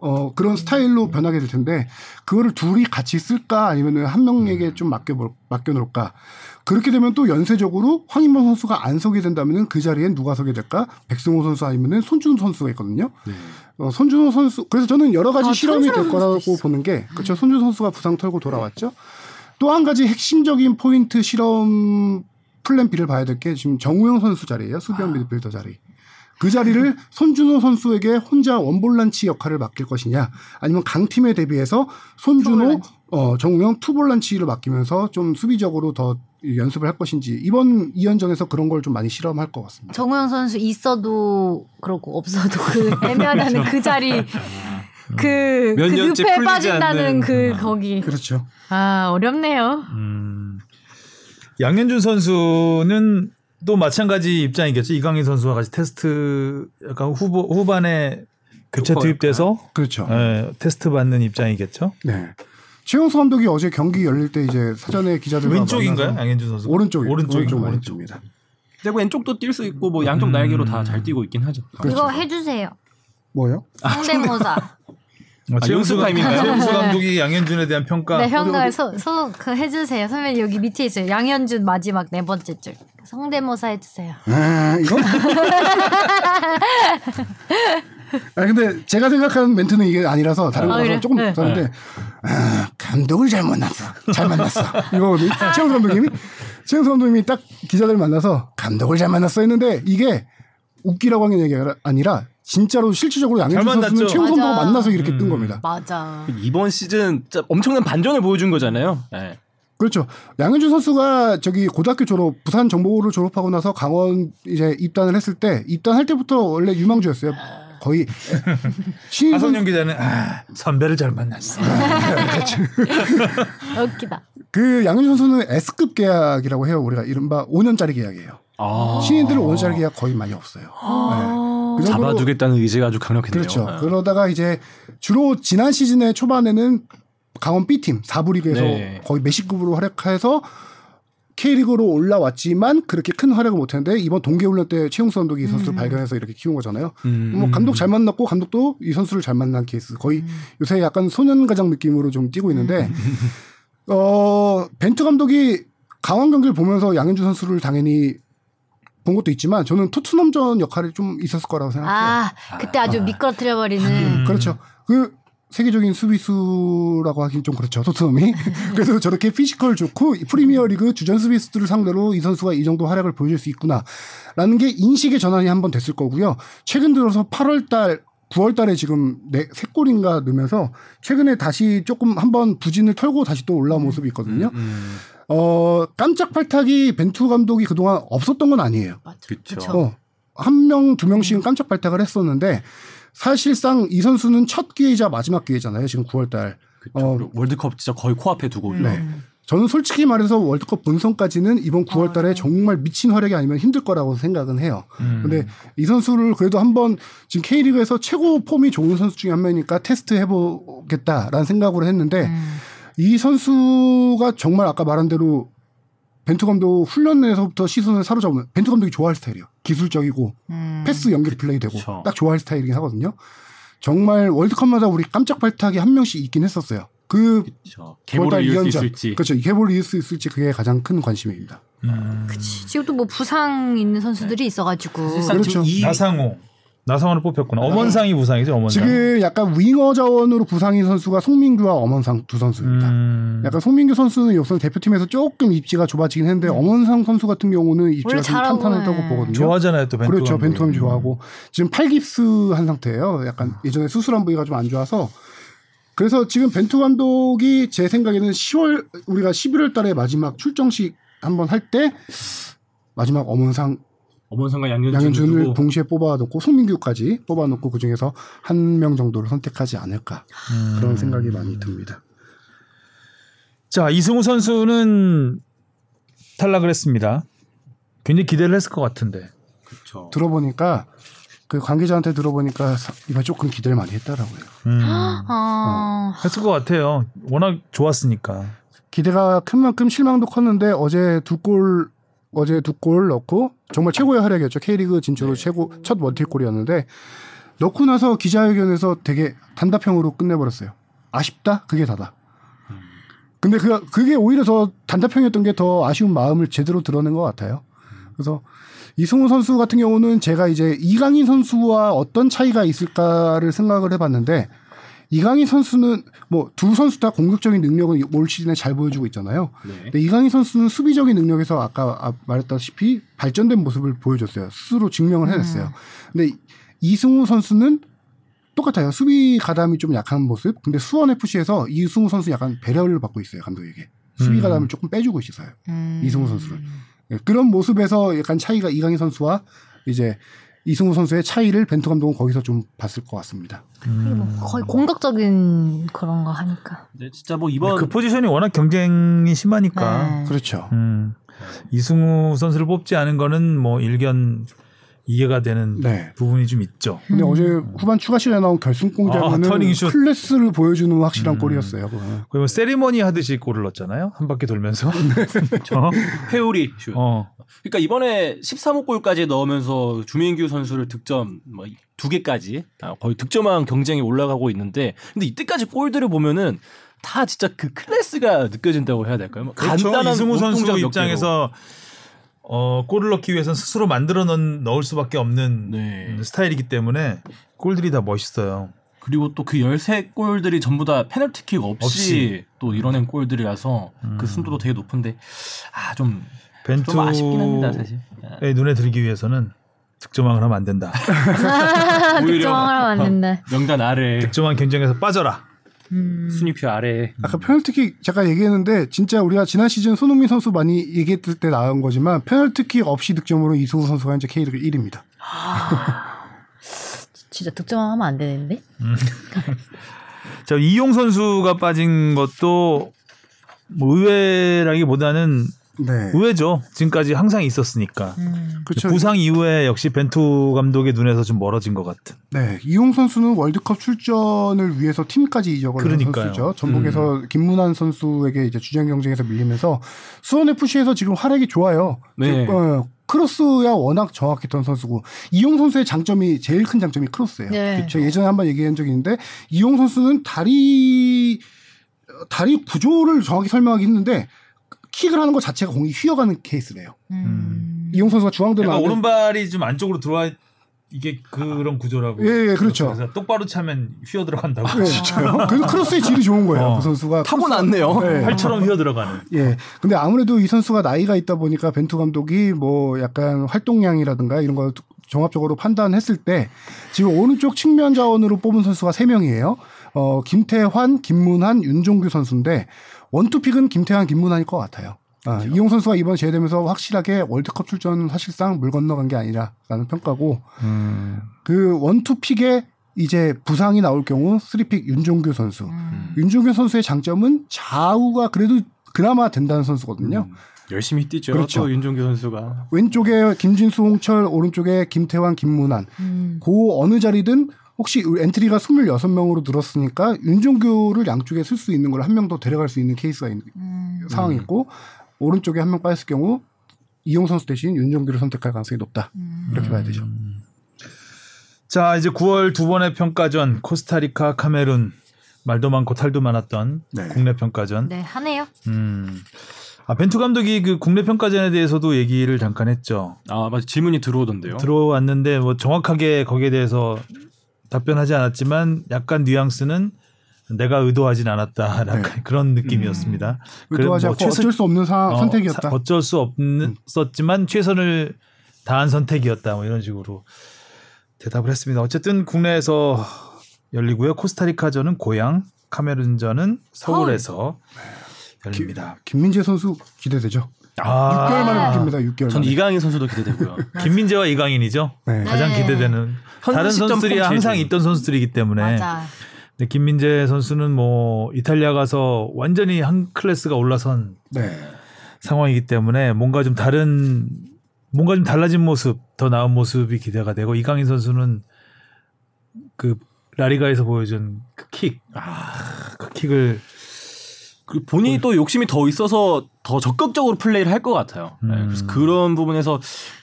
S4: 어 그런 스타일로 변하게 될 텐데 그거를 둘이 같이 쓸까 아니면은 한 명에게 좀 맡겨 맡겨 놓을까 그렇게 되면 또 연쇄적으로 황인범 선수가 안 서게 된다면은 그 자리엔 누가 서게 될까 백승호 선수 아니면은 손준 선수가 있거든요 어, 손준호 선수 그래서 저는 여러 가지
S1: 아,
S4: 실험이 될
S1: 손준호 선수도 음.
S4: 거라고
S1: 있어.
S4: 보는 게 그렇죠 손준호 선수가 부상 털고 돌아왔죠 또 한 가지 핵심적인 포인트 실험 플랜 B를 봐야 될 게 지금 정우영 선수 자리예요.
S1: 아.
S4: 수비형 미드필더 자리. 그 자리를 손준호 선수에게 혼자 원볼란치 역할을 맡길 것이냐 아니면 강팀에 대비해서 손준호
S1: 투볼란치.
S4: 어, 정우영 투볼란치를 맡기면서 좀 수비적으로 더 연습을 할 것인지 이번 2연전에서 그런 걸 좀 많이 실험할 것 같습니다.
S1: 정우영 선수 있어도 그렇고 없어도 그 애매하다는 그 자리 그, 그
S3: 몇 년째
S1: 늪에
S3: 풀리지
S1: 빠진다는
S3: 않는.
S1: 그 거기
S4: 그렇죠.
S1: 아 어렵네요.
S2: 음, 양현준 선수는 또 마찬가지 입장이겠죠. 이강인 선수와 같이 테스트 약간 후보 후반에 교체
S5: 효과가
S2: 투입돼서
S4: 그렇죠.
S2: 예, 테스트 받는 입장이겠죠.
S4: 네. 최용수 감독이 어제 경기 열릴 때 이제 사전에 기자들과
S2: 왼쪽인가요,
S4: 만나서
S2: 양현준 선수?
S4: 오른쪽이
S2: 오른쪽
S4: 오른쪽
S2: 오른쪽.
S4: 오른쪽입니다.
S5: 근데 왼쪽도 뛸 수 있고 뭐 양쪽
S2: 음.
S5: 날개로 다 잘 뛰고 있긴 하죠.
S3: 그렇죠.
S1: 이거 해주세요.
S4: 뭐요?
S1: 성대모사.
S2: 아,
S3: 연습
S2: 최용수 감-
S3: 타임인가요?
S4: 네.
S2: 최용수 감독이 양현준에 대한 평가.
S1: 네 형가
S4: 어디?
S1: 소소그 해주세요. 선배님 여기 밑에 있어요. 양현준 마지막 네 번째 줄 성대모사 해주세요.
S4: 아, 이거? 아 근데 제가 생각하는 멘트는 이게 아니라서 다른
S1: 아,
S4: 거라서
S1: 그래요?
S4: 조금
S1: 네.
S4: 다른데 아, 감독을 잘 만났어 잘 만났어 이거거든요 최영수 감독님이 최영수 감독님이 딱 기자들 만나서 감독을 잘 만났어 했는데 이게 웃기라고 하는 얘기가 아니라 진짜로 실질적으로 양현준
S2: 잘 만났죠. 음.
S4: 선수는 최영수 감독
S1: 맞아.
S4: 만나서 이렇게 뜬 겁니다
S1: 맞아.
S5: 이번 시즌 진짜 엄청난 반전을 보여준 거잖아요. 네.
S4: 그렇죠. 양현준 선수가 저기 고등학교 졸업, 부산 정보고를 졸업하고 나서 강원 이제 입단을 했을 때 입단할 때부터 원래 유망주였어요. 거의 신인 선
S2: 하성영 기자는 아, 선배를 잘 만났어.
S4: 아,
S1: 웃기다.
S4: 그 양현준 선수는 S급 계약이라고 해요. 우리가 이른바 5년짜리 계약이에요.
S5: 아.
S4: 신인들은 5년짜리 계약 거의 많이 없어요. 네. 그 정도로-
S5: 잡아주겠다는 의지가 아주 강력했네요.
S4: 그렇죠.
S5: 네.
S4: 그러다가 이제 주로 지난 시즌의 초반에는 강원 B팀 4부 리그에서
S5: 네.
S4: 거의 메시급으로 활약해서 K리그로 올라왔지만 그렇게 큰 활약을 못했는데 이번 동계훈련 때 최용수 감독이 이 선수를 발견해서 이렇게 키운 거잖아요.
S5: 음.
S4: 뭐 감독 잘 만났고 감독도 이 선수를 잘 만난 케이스. 거의 요새 약간 소년가장 느낌으로 좀 뛰고 있는데 어 벤투 감독이 강원 경기를 보면서 양현준 선수를 당연히 본 것도 있지만 저는 토트넘전 역할이 좀 있었을 거라고 생각해요.
S1: 아 그때 아주 미끄러뜨려 버리는.
S4: 그렇죠. 그 세계적인 수비수라고 하긴 좀 그렇죠. 토트넘이. 그래서 저렇게 피지컬 좋고 이 프리미어리그 주전 수비수들을 상대로 이 선수가 이 정도 활약을 보여줄 수 있구나라는 게 인식의 전환이 한 번 됐을 거고요. 최근 들어서 8월달 9월달에 지금 네, 세 골인가 넣으면서 최근에 다시 조금 한번 부진을 털고 다시 또 올라온 모습이 있거든요.
S3: 음.
S4: 어 깜짝 발탁이 벤투 감독이 그동안 없었던 건 아니에요.
S1: 맞죠.
S5: 그쵸.
S1: 그쵸.
S4: 어, 한 명, 두 명씩은 깜짝 발탁을 했었는데 사실상 이 선수는 첫 기회이자 마지막 기회잖아요. 지금 9월 달.
S5: 그렇죠.
S4: 어.
S5: 그리고 월드컵 진짜 거의 코앞에 두고
S1: 음.
S4: 네. 저는 솔직히 말해서 월드컵 본선까지는 이번
S1: 아,
S4: 9월
S1: 네.
S4: 달에 정말 미친 활약이 아니면 힘들 거라고 생각은 해요. 근데 이 선수를 그래도 한번 지금 K리그에서 최고 폼이 좋은 선수 중에 한 명이니까 테스트 해보겠다라는 생각으로 했는데
S1: 음.
S4: 이 선수가 정말 아까 말한 대로 벤투 감독 훈련에서부터 시선을 사로잡으면 벤투 감독이 좋아할 스타일이에요. 기술적이고
S1: 음.
S4: 패스 연결 플레이 되고
S5: 그쵸.
S4: 딱 좋아할 스타일이긴 하거든요. 정말 월드컵마다 우리 깜짝 발탁이 한 명씩 있긴 했었어요. 그
S5: 그렇죠.
S4: 월달
S3: 개보를 이을 수
S4: 이연전.
S3: 있을지.
S4: 그렇죠. 이개볼이을수 있을지 그게 가장 큰 관심입니다.
S1: 그치. 지금 또뭐 부상 있는 선수들이 있어가지고.
S5: 사실상
S4: 그렇죠.
S5: 지금 이
S2: 나상호. 나상호를 뽑혔구나. 엄원상이 부상이죠, 엄원상.
S4: 지금 약간 윙어 자원으로 부상인 선수가 송민규와 엄원상 두 선수입니다.
S2: 음,
S4: 약간 송민규 선수는 역선 대표팀에서 조금 입지가 좁아지긴
S3: 네.
S4: 했는데 엄원상 선수 같은 경우는 입지가
S1: 원래
S4: 좀
S1: 잘하고 네.
S4: 탄탄하다고
S1: 그래.
S4: 보거든요.
S2: 좋아하잖아요, 또 벤투.
S4: 그렇죠.
S2: 뭐 감독이.
S4: 벤투함 좋아하고 지금 팔깁스 한 상태예요. 약간 예전에 수술한 부위가 좀 안 좋아서 그래서 지금 벤투 감독이 제 생각에는 10월 우리가 11월 달에 마지막 출정식 한번 할 때 마지막 엄원상
S5: 엄원상과 양현준을
S4: 양현준을
S5: 두고
S4: 동시에 뽑아놓고 송민규까지 뽑아놓고 그 중에서 한 명 정도를 선택하지 않을까
S2: 음.
S4: 그런 생각이 많이 듭니다.
S2: 자, 이승우 선수는 탈락을 했습니다. 굉장히 기대를 했을 것 같은데.
S5: 그렇죠.
S4: 들어보니까 그 관계자한테 들어보니까 이번 조금 기대를 많이 했다라고요.
S2: 음,
S1: 아,
S2: 했을 것 같아요. 워낙 좋았으니까.
S4: 기대가 큰 만큼 실망도 컸는데 어제 두 골 어제 두 골 넣고 정말 최고의 활약이었죠. K리그 진출 후 최고 첫 원킬골이었는데 넣고 나서 기자회견에서 되게 단답형으로 끝내버렸어요. 아쉽다 그게 다다. 근데 그 그게 오히려 더 단답형이었던 게 더 아쉬운 마음을 제대로 드러낸 것 같아요. 그래서 이승우 선수 같은 경우는 제가 이제 이강인 선수와 어떤 차이가 있을까를 생각을 해봤는데 이강인 선수는 뭐 두 선수 다 공격적인 능력은 올 시즌에 잘 보여주고 있잖아요.
S3: 네.
S4: 근데 이강인 선수는 수비적인 능력에서 아까 아- 말했다시피 발전된 모습을 보여줬어요. 스스로 증명을 해냈어요. 근데 이승우 선수는 똑같아요. 수비 가담이 좀 약한 모습. 근데 수원 FC에서 이승우 선수 약간 배려를 받고 있어요 감독에게. 수비
S2: 음.
S4: 가담을 조금 빼주고 있어요.
S1: 음.
S4: 이승우 선수를. 예, 그런 모습에서 약간 차이가 이강인 선수와 이제 이승우 선수의 차이를 벤투 감독은 거기서 좀 봤을 것 같습니다.
S1: 이게 뭐
S2: 음.
S1: 거의 공격적인 그런 거 하니까.
S3: 네, 진짜 뭐 이번
S2: 그 포지션이 워낙 경쟁이 심하니까.
S1: 네.
S4: 그렇죠.
S2: 음. 이승우 선수를 뽑지 않은 거는 뭐 일견 이해가 되는
S4: 네.
S2: 부분이 좀 있죠.
S4: 근데
S1: 음.
S4: 어제 후반 추가 시간에 나온 결승공장은
S2: 아, 터닝 슛.
S4: 클래스를 보여주는 확실한
S2: 음.
S4: 골이었어요. 그거는.
S2: 거의 뭐 세리머니 하듯이 골을 넣었잖아요. 한 바퀴 돌면서. 어?
S3: 회오리 슛.
S2: 어.
S3: 그러니까 이번에 13호 골까지 넣으면서 주민규 선수를 득점 뭐 두 개까지 아, 거의 득점왕 경쟁에 올라가고 있는데 근데 이때까지 골들을 보면은 다 진짜 그 클래스가 느껴진다고 해야 될까요? 뭐
S2: 그렇죠. 이승우
S3: 몸동작
S2: 선수
S3: 몇 개로.
S2: 입장에서 어, 골을 넣기 위해서는 스스로 만들어 넣- 넣을 수밖에 없는
S3: 네.
S2: 음, 스타일이기 때문에 골들이 다 멋있어요.
S3: 그리고 또 그 13골들이 전부 다 페널티킥 없이,
S2: 없이.
S3: 또 이뤄낸 골들이라서
S2: 음.
S3: 그 순도도 되게 높은데 아 좀 좀
S2: 벤투
S3: 아쉽긴 합니다 사실.
S2: 의 눈에 들기 위해서는 득점왕을 하면 안 된다.
S1: 득점하러
S4: 어.
S1: 왔는데.
S3: 명단 아래
S2: 득점왕 경쟁에서 빠져라.
S1: 음.
S3: 순위표 아래
S4: 아까 페널티킥 제가 얘기했는데 진짜 우리가 지난 시즌 손흥민 선수 많이 얘기했을 때 나온 거지만 페널티킥 없이 득점으로 이승우 선수가 현재 K리그 1위입니다.
S6: 진짜 득점하면 안 되는데?
S2: 자 이용 선수가 빠진 것도 뭐 의외라기보다는
S4: 네.
S2: 의외죠. 지금까지 항상 있었으니까.
S4: 그렇죠.
S2: 부상 이후에 역시 벤투 감독의 눈에서 좀 멀어진 것 같은.
S4: 네, 이용 선수는 월드컵 출전을 위해서 팀까지 이적을 한
S2: 그러니까요. 음.
S4: 선수죠. 전북에서 김문환 선수에게 이제 주전 경쟁에서 밀리면서 수원 FC에서 지금 활약이 좋아요.
S3: 네.
S4: 즉, 어, 크로스야 워낙 정확했던 선수고 이용 선수의 장점이 제일 큰 장점이 크로스예요.
S1: 네.
S4: 제가 예전에 한번 얘기한 적이 있는데 이용 선수는 다리 다리 구조를 정확히 설명하기 힘든데 킥을 하는 것 자체가 공이 휘어가는 케이스래요.
S1: 음.
S4: 이용 선수가 중앙대로
S2: 약간
S4: 안에-
S2: 오른발이 좀 안쪽으로 들어와 이게 그런 구조라고.
S4: 예, 예, 그렇죠.
S2: 그래서 똑바로 차면 휘어 들어간다고.
S4: 네, 진짜요? 그래서 크로스의 질이 좋은 거예요.
S2: 아, 어.
S4: 그 선수가
S3: 타고났네요.
S4: 네.
S2: 팔처럼 휘어 들어가는.
S4: 예. 근데 아무래도 이 선수가 나이가 있다 보니까 벤투 감독이 뭐 약간 활동량이라든가 이런 걸 종합적으로 판단했을 때 지금 오른쪽 측면 자원으로 뽑은 선수가 세명이에요 어, 김태환, 김문환, 윤종규 선수인데 원투픽은 김태환, 김문환일 것 같아요. 아, 이용 선수가 이번 제외되면서 확실하게 월드컵 출전 사실상 물 건너간 게 아니라라는 평가고
S2: 음.
S4: 그 원투픽에 이제 부상이 나올 경우 쓰리픽 윤종규 선수
S1: 음.
S4: 윤종규 선수의 장점은 좌우가 그래도 그나마 된다는
S3: 네.
S4: 선수거든요.
S3: 음.
S2: 음.
S5: 열심히 뛰죠.
S4: 그렇죠.
S5: 또 윤종규 선수가
S4: 왼쪽에 김진수, 홍철, 오른쪽에 김태환, 김문환.
S1: 음.
S4: 그 어느 자리든 혹시 엔트리가 26명으로 늘었으니까 윤종규를 양쪽에 쓸 수 있는 걸 한 명 더 데려갈 수 있는 케이스가 있는
S1: 음.
S4: 상황이 있고 오른쪽에 한 명 빠졌을 경우 이용 선수 대신 윤종규를 선택할 가능성이 높다.
S1: 음.
S4: 이렇게 봐야 되죠.
S2: 자 이제 9월 두 번의 평가전 코스타리카 카메룬 말도 많고 탈도 많았던
S4: 네.
S2: 국내 평가전.
S1: 네, 하네요.
S2: 음. 아 벤투 감독이 그 국내 평가전에 대해서도 얘기를 잠깐 했죠.
S5: 아 맞아 질문이 들어오던데요.
S2: 들어왔는데 뭐 정확하게 거기에 대해서 답변하지 않았지만 약간 뉘앙스는 내가 의도하진 않았다 약간
S4: 네. 음.
S2: 그런 느낌이었습니다. 뭐
S4: 의도하지 그 않고 어쩔 수 없는 사- 선택이었다. 음.
S2: 어쩔 수 없었지만 최선을 다한 선택이었다. 뭐 이런 식으로 대답을 했습니다. 어쨌든 국내에서 열리고요. 코스타리카전은 고향, 카메룬전은 서울에서
S4: 아.
S2: 열립니다.
S4: 김민재 선수 기대되죠.
S2: 아,
S4: 6개월 만에 바뀝니다. 6개월
S3: 전
S4: 만에.
S3: 이강인 선수도 기대되고요.
S2: 김민재와 이강인이죠.
S4: 네.
S2: 가장
S1: 네.
S2: 기대되는 다른
S3: 시점
S2: 선수들이
S3: 폼
S2: 항상
S3: 제일
S2: 있던 선수들이기 때문에
S1: 맞아.
S2: 근데 김민재 선수는 뭐 이탈리아 가서 완전히 한 클래스가 올라선
S4: 네.
S2: 상황이기 때문에 뭔가 좀 다른 뭔가 좀 달라진 모습 더 나은 모습이 기대가 되고 이강인 선수는 그 라리가에서 보여준 그 킥, 아, 그 킥을
S3: 그
S2: 어,
S3: 본인이 또 욕심이 더 있어서 더 적극적으로 플레이를 할 것 같아요. 네,
S2: 음.
S3: 그래서 그런 부분에서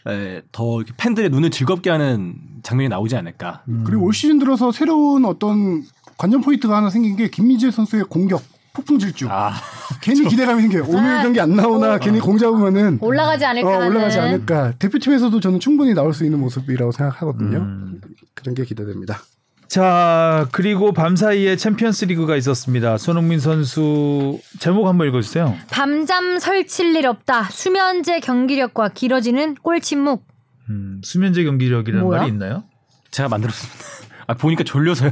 S3: 에, 더 이렇게 팬들의 눈을 즐겁게 하는 장면이 나오지 않을까.
S2: 음.
S4: 음. 그리고 올 시즌 들어서 새로운 어떤 관전 포인트가 하나 생긴 게 김민재 선수의 공격 폭풍 질주.
S3: 아,
S4: 괜히 기대감이 생겨요. 오늘
S1: 아.
S4: 경기 안 나오나 괜히 공 잡으면은
S1: 올라가지 않을까
S4: 어,
S1: 하는.
S4: 올라가지 않을까. 대표팀에서도 저는 충분히 나올 수 있는 모습이라고 생각하거든요.
S2: 음.
S4: 그런 게 기대됩니다.
S2: 자, 그리고 밤사이에 챔피언스 리그가 있었습니다. 손흥민 선수 제목 한번 읽어 주세요.
S1: 밤잠 설칠 일 없다. 수면제 경기력과 길어지는 골 침묵.
S2: 음, 수면제 경기력이라는
S1: 뭐야?
S2: 말이 있나요?
S3: 제가 만들었습니다. 아, 보니까 졸려서요.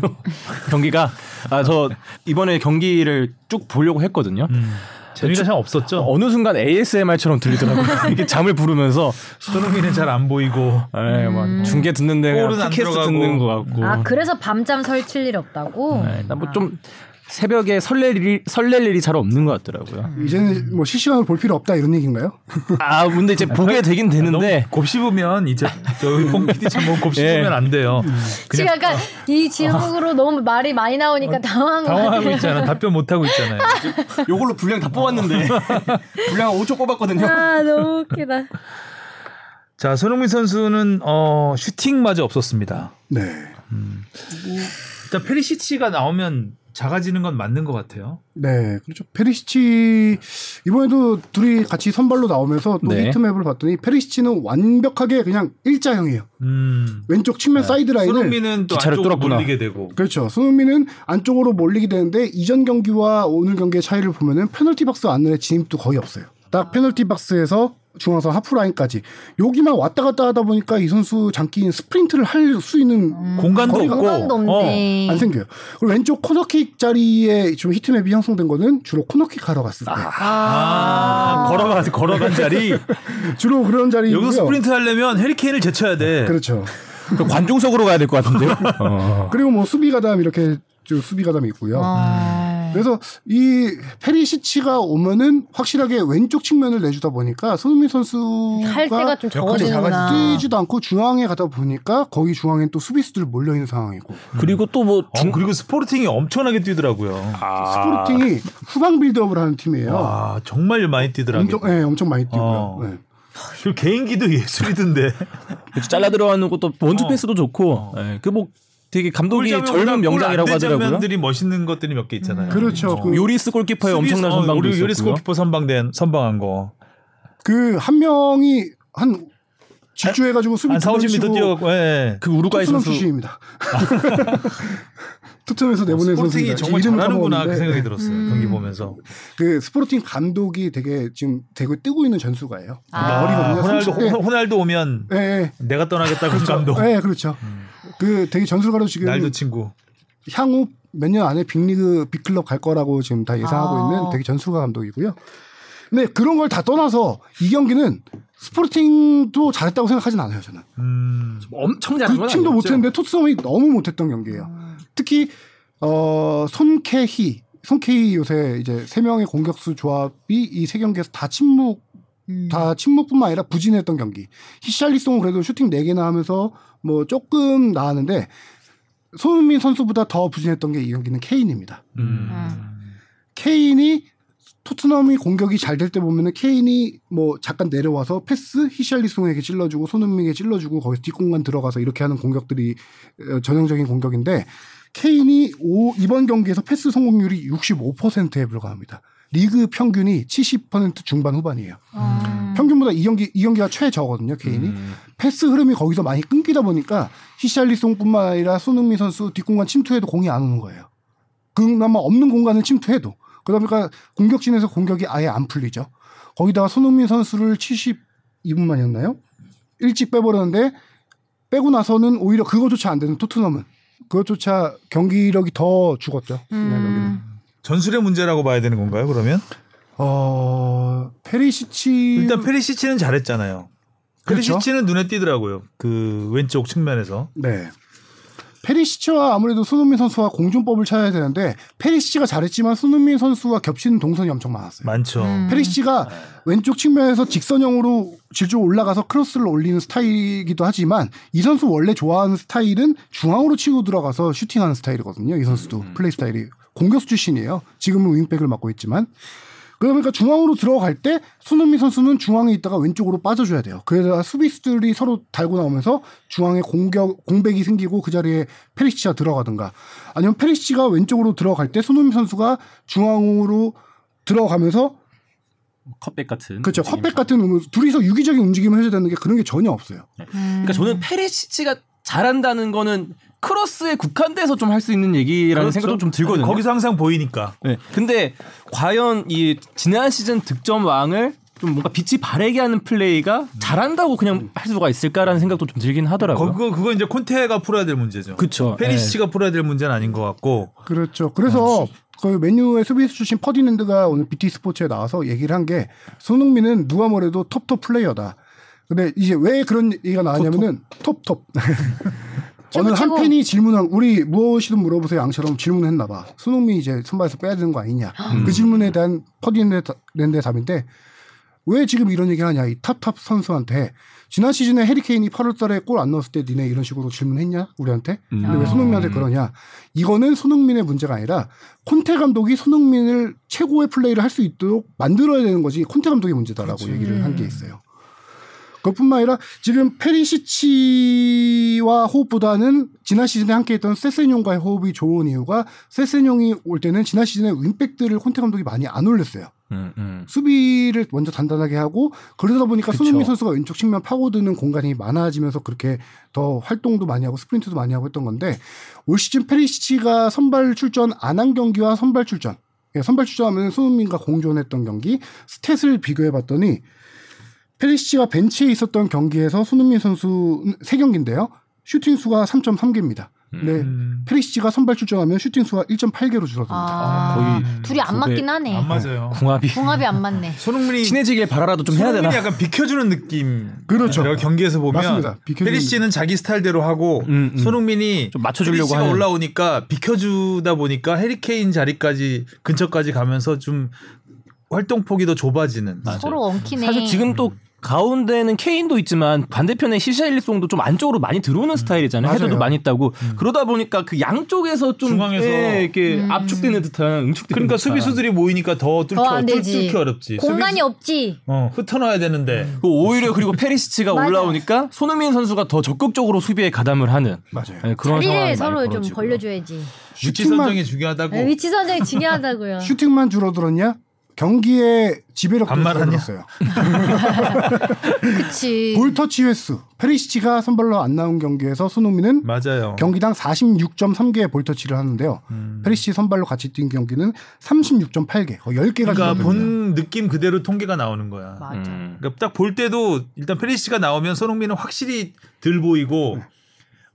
S3: 경기가 아, 저 이번에 경기를 쭉 보려고 했거든요.
S2: 음. 재미가
S3: 저-
S2: 참 없었죠.
S3: 어느 순간 ASMR처럼 들리더라고요. 이렇게 잠을 부르면서
S2: 손흥민은 잘 안 보이고
S3: 에이, 막 중계 듣는데 그냥
S2: 골은 음. 안
S3: 팟캐스트
S2: 들어가고.
S3: 듣는 것 같고. 예,
S1: 아 그래서 밤잠 설칠 일 없다고.
S4: 네.
S3: 뭐좀 새벽에 설렐 일이 설렐 일이 잘 없는 것
S2: 음.
S3: 같더라고요.
S4: 이제는 뭐 실시간으로 볼 필요 없다 이런 얘기인가요?
S3: 아 근데 이제 보게 되긴 되는데
S2: 너무 곱씹으면 이제 저희 뽕 PD 참뭐 곱씹으면
S3: 예.
S2: 안 돼요.
S1: 지금
S2: 그냥
S4: 어.
S1: 약간 이 지목으로 너무 말이 많이 나오니까 당황한 것 같아요.
S2: 당황하고 있잖아. 답변 못 하고 있잖아요.
S3: 요걸로 분량 다 뽑았는데 분량 5초 뽑았거든요.
S1: 아 너무 웃기다.
S2: 자, 손흥민 선수는 어, 슈팅마저 없었습니다.
S4: 네.
S2: 일단 페리시치가 나오면 작아지는 건 맞는 것 같아요.
S4: 네. 그렇죠. 페리시치 이번에도 둘이 같이 선발로 나오면서 또
S3: 네.
S4: 히트맵을 봤더니 페리시치는 완벽하게 그냥 일자형이에요.
S2: 음.
S4: 왼쪽
S3: 네.
S4: 측면 사이드 라인을
S2: 손흥민은 또
S3: 기차를
S2: 안쪽으로
S3: 뚫었구나.
S2: 몰리게 되고.
S4: 그렇죠. 손흥민은 안쪽으로 몰리게 되는데 이전 경기와 오늘 경기의 차이를 보면은 페널티 박스 안에 진입도 거의 없어요. 딱 페널티 박스에서 중앙선 하프 라인까지 여기만 왔다 갔다 하다 보니까 이 선수 장기인 스프린트를 할 수 있는
S2: 공간도
S4: 거리가
S2: 없고.
S1: 공간도
S2: 어.
S1: 없네.
S4: 안 생겨요. 그리고 왼쪽 코너킥 자리에 좀 히트맵이 형성된 거는 주로 코너킥 하러 갔을 때
S2: 어. 아, 걸어간, 걸어간 자리.
S4: 주로 그런 자리고요.
S2: 여기서 스프린트 하려면 해리케인을 제쳐야 돼.
S4: 그렇죠.
S3: 그럼 관중석으로 가야 될 것 같은데요. 어.
S4: 그리고 뭐 수비 가담 이렇게 쭉 수비 가담이 있고요.
S1: 아.
S4: 그래서 이 페리시치가 오면은 확실하게 왼쪽 측면을 내주다 보니까 손흥민 선수가
S6: 할 때가 좀
S4: 역할이
S6: 적어지는구나.
S4: 뛰지도 않고 중앙에 가다 보니까 거기 중앙엔 또 수비수들 몰려 있는 상황이고
S3: 그리고 또뭐
S2: 어, 아. 그리고 스포르팅이 엄청나게 뛰더라고요.
S4: 스포르팅이 후방 빌드업을 하는 팀이에요.
S2: 와, 정말 많이 뛰더라고요.
S4: 엄청, 예, 엄청 많이 뛰고요.
S2: 아, 어.
S4: 예.
S2: 그리고 개인기도 예술이던데.
S3: 잘라 들어가는 것도 원투
S2: 어.
S3: 패스도 좋고 그 뭐 되게 감독이
S2: 골 장면,
S3: 젊은 명장이라고
S2: 골안 되는
S3: 하더라고요. 어,
S2: 장면들이 멋있는 것들이 몇 개 있잖아요.
S4: 그렇죠.
S2: 어.
S4: 그
S3: 요리스 골키퍼의
S2: 수비수-
S3: 엄청난
S2: 어,
S3: 선방도
S2: 우리
S3: 있었고요.
S2: 요리스 골키퍼 선방된 선방한 거.
S4: 그 한 명이 한 질주해가지고 수비
S2: 한 4,
S4: 두명
S2: 50m
S4: 치고
S2: 뛰어갖고 예.
S3: 그 우루과이
S4: 토트넘
S3: 선수
S4: 출신입니다. 토트넘에서 내보낸
S2: 스포팅이
S4: 선수입니다.
S2: 정말
S4: 이름을
S2: 잘하는구나 그
S4: 까먹었는데, 음.
S2: 생각이 들었어요. 경기 보면서.
S4: 그 스포팅 감독이 되게 지금 되게 뜨고 있는 전술가예요.
S1: 아.
S4: 머리가 그냥
S2: 호날두
S4: 30대.
S2: 호- 호날두 오면
S4: 예, 예.
S2: 내가 떠나겠다고 감독.
S4: 예, 그렇죠. 그 되게 전술가로 지금
S2: 어. 날도 친구.
S4: 향후 몇 년 안에 빅리그 빅클럽 갈 거라고 지금 다 예상하고
S1: 아.
S4: 있는 되게 전술가 감독이고요. 근데 그런 걸 다 떠나서 이 경기는 스포팅도 잘했다고 생각하진 않아요, 저는.
S2: 음.
S3: 엄청 잘한
S4: 그
S3: 건
S4: 팀도
S3: 아니었죠.
S4: 못했는데 토트넘이 너무 못했던 경기예요.
S1: 음.
S4: 특히 어 손케희 손케희 요새 이제 세 명의 공격수 조합이 이 세 경기에서 다 침묵
S1: 음.
S4: 다 침묵뿐만 아니라 부진했던 경기. 히샬리송은 그래도 슈팅 4 개나 하면서 뭐 조금 나았는데 손흥민 선수보다 더 부진했던 게 이 경기는 케인입니다.
S2: 음.
S3: 음.
S1: 음.
S4: 케인이 토트넘이 공격이 잘 될 때 보면은 케인이 뭐 잠깐 내려와서 패스 히샬리송에게 찔러주고 손흥민에게 찔러주고 거기서 뒷공간 들어가서 이렇게 하는 공격들이 어, 전형적인 공격인데 케인이 오- 이번 경기에서 패스 성공률이 65%에 불과합니다. 리그 평균이 70% 중반 후반이에요.
S1: 아.
S2: 음.
S4: 평균보다 이 경기 이 경기가 최저거든요. 케인이 패스 흐름이 거기서 많이 끊기다 보니까 히샬리송뿐만 아니라 손흥민 선수 뒷공간 침투해도 공이 안 오는 거예요. 그나마 없는 공간을 침투해도 그러다 보니까 공격진에서 공격이 아예 안 풀리죠. 거기다가 손흥민 선수를 72분만이었나요? 일찍 빼버렸는데 빼고 나서는 오히려 그거조차 안 되는 토트넘은 그것조차 경기력이 더 죽었죠.
S2: 음.
S4: 네, 이날 경기는.
S2: 전술의 문제라고 봐야 되는 건가요? 그러면
S4: 어 페리시치
S2: 일단 페리시치는 잘했잖아요.
S4: 그렇죠.
S2: 페리시치는 눈에 띄더라고요. 그 왼쪽 측면에서.
S4: 네. 페리시치와 아무래도 손흥민 선수와 공존법을 찾아야 되는데 페리시치가 잘했지만 손흥민 선수와 겹치는 동선이 엄청 많았어요.
S2: 많죠.
S4: 음. 페리시치가 왼쪽 측면에서 직선형으로 질주 올라가서 크로스를 올리는 스타일이기도 하지만 이 선수 원래 좋아하는 스타일은 중앙으로 치고 들어가서 슈팅하는 스타일이거든요. 이 선수도 플레이 스타일이 공격수 출신이에요. 지금은 윙백을 맡고 있지만 그러니까 중앙으로 들어갈 때 손흥민 선수는 중앙에 있다가 왼쪽으로 빠져줘야 돼요. 그래서 수비수들이 서로 달고 나오면서 중앙에 공격 공백이 생기고 그 자리에 페리시치가 들어가든가 아니면 페리시치가 왼쪽으로 들어갈 때 손흥민 선수가 중앙으로 들어가면서
S3: 컵백 같은
S4: 그렇죠.
S3: 움직임이
S4: 컵백 같은 음, 둘이서
S1: 음.
S4: 유기적인 움직임을 해줘야 되는 게 그런 게 전혀 없어요.
S3: 그러니까 저는 페리시치가 잘한다는 거는 크로스에 국한돼서 좀 할 수 있는 얘기라는 생각도 좀 들거든요.
S2: 그렇죠? 거기서 항상 보이니까.
S3: 네. 근데 과연 이 지난 시즌 득점 왕을 좀 뭔가 빛이 바래게 하는 플레이가 잘한다고 그냥 할 수가 있을까라는 생각도 좀 들긴 하더라고요.
S2: 그거 그거 이제 콘테가 풀어야 될 문제죠.
S3: 그쵸. 예.
S2: 페리시치가 풀어야 될 문제는 아닌 것 같고
S4: 그렇죠. 그래서 그 맨유의 수비수 출신 퍼디넨드가 오늘 BT 스포츠에 나와서 얘기를 한 게 손흥민은 누가 뭐래도 톱톱 플레이어다. 근데 이제 왜 그런 얘기가 나왔냐면은 톱톱. 어느
S1: 최고,
S4: 한
S1: 최고.
S4: 팬이 질문한 우리 무엇이든 물어보세요 양처럼 질문했나 봐. 손흥민이 이제 선발에서 빼야 되는 거 아니냐. 그 질문에 대한 퍼디넨드의 답인데 왜 지금 이런 얘기를 하냐 이 탑탑 선수한테 지난 시즌에 해리케인이 8월달에 골 안 넣었을 때 니네 이런 식으로 질문했냐 우리한테 근데 왜 손흥민한테 그러냐 이거는 손흥민의 문제가 아니라 콘테 감독이 손흥민을 최고의 플레이를 할 수 있도록 만들어야 되는 거지 콘테 감독의 문제다라고 얘기를 한 게 있어요 그것뿐만 아니라 지금 페리시치와 호흡보다는 지난 시즌에 함께했던 세세뇽과의 호흡이 좋은 이유가 세세뇽이 올 때는 지난 시즌에 윙백들을 콘테 감독이 많이 안 올렸어요
S3: 음, 음.
S4: 수비를 먼저 단단하게 하고 그러다 보니까
S3: 그쵸.
S4: 손흥민 선수가 왼쪽 측면 파고드는 공간이 많아지면서 그렇게 더 활동도 많이 하고 스프린트도 많이 하고 했던 건데 올 시즌 페리시치가 선발 출전 안 한 경기와 선발 출전 예, 선발 출전하면 손흥민과 공존했던 경기 스탯을 비교해 봤더니 페리시치가 벤치에 있었던 경기에서 손흥민 선수 세경기인데요 슈팅 수가 3.3개입니다. 네.
S2: 음,
S4: 페리시치가 선발 출전하면 슈팅 수가 1.8개로 줄어듭니다.
S1: 아,
S3: 거의
S1: 둘이 안
S3: 두
S1: 맞긴 하네.
S2: 안 맞아요.
S3: 궁합이
S1: 궁합이 안 맞네.
S2: 손흥민이
S3: 친해지길 바라라도 좀 해야 되나?
S2: 손흥민이 약간 비켜주는 느낌.
S4: 그렇죠.
S2: 내가 경기에서 보면
S4: 맞습니다. 비켜주는
S2: 페리시는 자기 스타일대로 하고
S3: 음, 음.
S2: 손흥민이
S3: 좀 맞춰주려고
S2: 페리시가
S3: 하는.
S2: 올라오니까 비켜주다 보니까 해리케인 자리까지 근처까지 가면서 좀 활동 폭이 더 좁아지는.
S1: 서로 엉키네.
S3: 사실 지금 또 가운데는 케인도 있지만 반대편에 시샤일리송도 좀 안쪽으로 많이 들어오는 스타일이잖아요.
S4: 맞아요.
S3: 헤더도 많이 있다고. 그러다 보니까 그 양쪽에서 좀
S2: 중앙에서.
S3: 예, 이렇게
S1: 음.
S3: 압축되는 듯한 응축되는
S2: 그러니까
S3: 듯한.
S2: 수비수들이 모이니까 더 뚫기,
S1: 더안
S2: 어, 뚫,
S1: 되지.
S2: 뚫기 어렵지.
S1: 공간이
S2: 수비수-
S1: 없지.
S2: 어, 흩어놔야 되는데
S4: 음.
S3: 그 오히려 그리고 페리시치가
S1: 맞아.
S3: 올라오니까 손흥민 선수가 더 적극적으로 수비에 가담을 하는
S4: 맞아요.
S3: 예, 그런 상황이
S1: 자리를
S3: 많이
S1: 서로 좀
S3: 벌어지고요.
S1: 벌려줘야지.
S2: 위치
S4: 슈팅만-
S2: 선정이 중요하다고.
S6: 네, 위치 선정이 중요하다고요.
S4: 슈팅만 줄어들었냐? 경기의 지배력도
S2: 반말하냐?
S4: 줄어들었어요.
S1: 그치.
S4: 볼 터치 횟수. 페리시치가 선발로 안 나온 경기에서
S2: 음.
S4: 손흥민은
S2: 맞아요.
S4: 경기당 46.3개의 볼 터치를 하는데요.
S2: 음.
S4: 페리시치 선발로 같이 뛴 경기는 36.8개. 거의 10개가
S2: 그러니까 본 느낌 그대로 통계가 나오는 거야.
S1: 맞아.
S3: 음.
S2: 그러니까 딱 볼 때도 일단 페리시가 나오면 손흥민은 확실히 덜 보이고
S4: 네.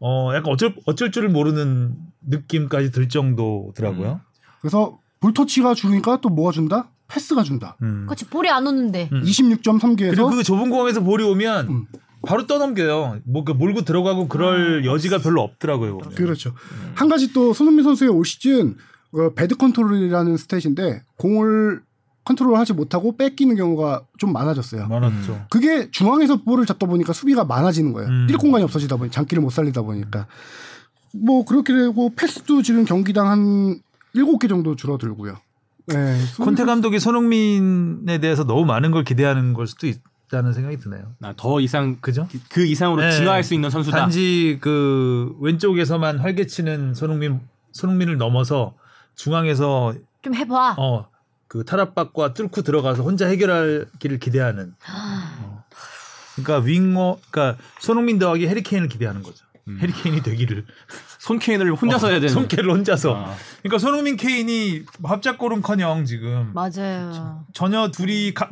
S2: 어 약간 어쩔 어쩔 줄을 모르는 느낌까지 들 정도더라고요.
S4: 그래서 볼 터치가 줄으니까 또 뭐가 준다? 패스가 준다.
S2: 음.
S1: 그치, 볼이 안 오는데.
S2: 음. 그리고
S4: 26.3개에서
S2: 그 좁은 공항에서 볼이 오면
S4: 음.
S2: 바로 떠넘겨요. 뭐 그 몰고 들어가고 그럴 여지가 별로 없더라고요. 네. 보면.
S4: 그렇죠.
S2: 음.
S4: 한 가지 또 손흥민 선수의 올 시즌 어, 배드 컨트롤이라는 스탯인데 공을 컨트롤하지 못하고 뺏기는 경우가 좀 많아졌어요.
S2: 많았죠.
S4: 그게 중앙에서 볼을 잡다 보니까 수비가 많아지는 거예요.
S2: 음.
S4: 뛸 공간이 없어지다 보니 장기를 못 살리다 보니까 뭐 그렇게 되고 패스도 지금 경기당 한 7개 정도 줄어들고요. 네.
S2: 콘테 감독이 손흥민에 대해서 너무 많은 걸 기대하는 걸 수도 있다는 생각이 드네요.
S3: 아, 더 이상 그,
S2: 그죠?
S3: 그 이상으로
S2: 네.
S3: 진화할 수 있는 선수다.
S2: 단지 그 왼쪽에서만 활개치는 손흥민 손흥민을 넘어서 중앙에서
S1: 좀 해봐.
S2: 어, 그 탈압박과 뚫고 들어가서 혼자 해결할 길을 기대하는. 어. 그러니까 윙어, 그러니까 손흥민 더하기 해리케인을 기대하는 거죠. 해리케인이 되기를
S3: 손 케인을 혼자서 해야 되는.
S2: 어, 손케를 혼자서.
S3: 아.
S2: 그러니까 손흥민 케인이 합작골은커녕 지금
S1: 맞아요.
S2: 전혀 둘이 가-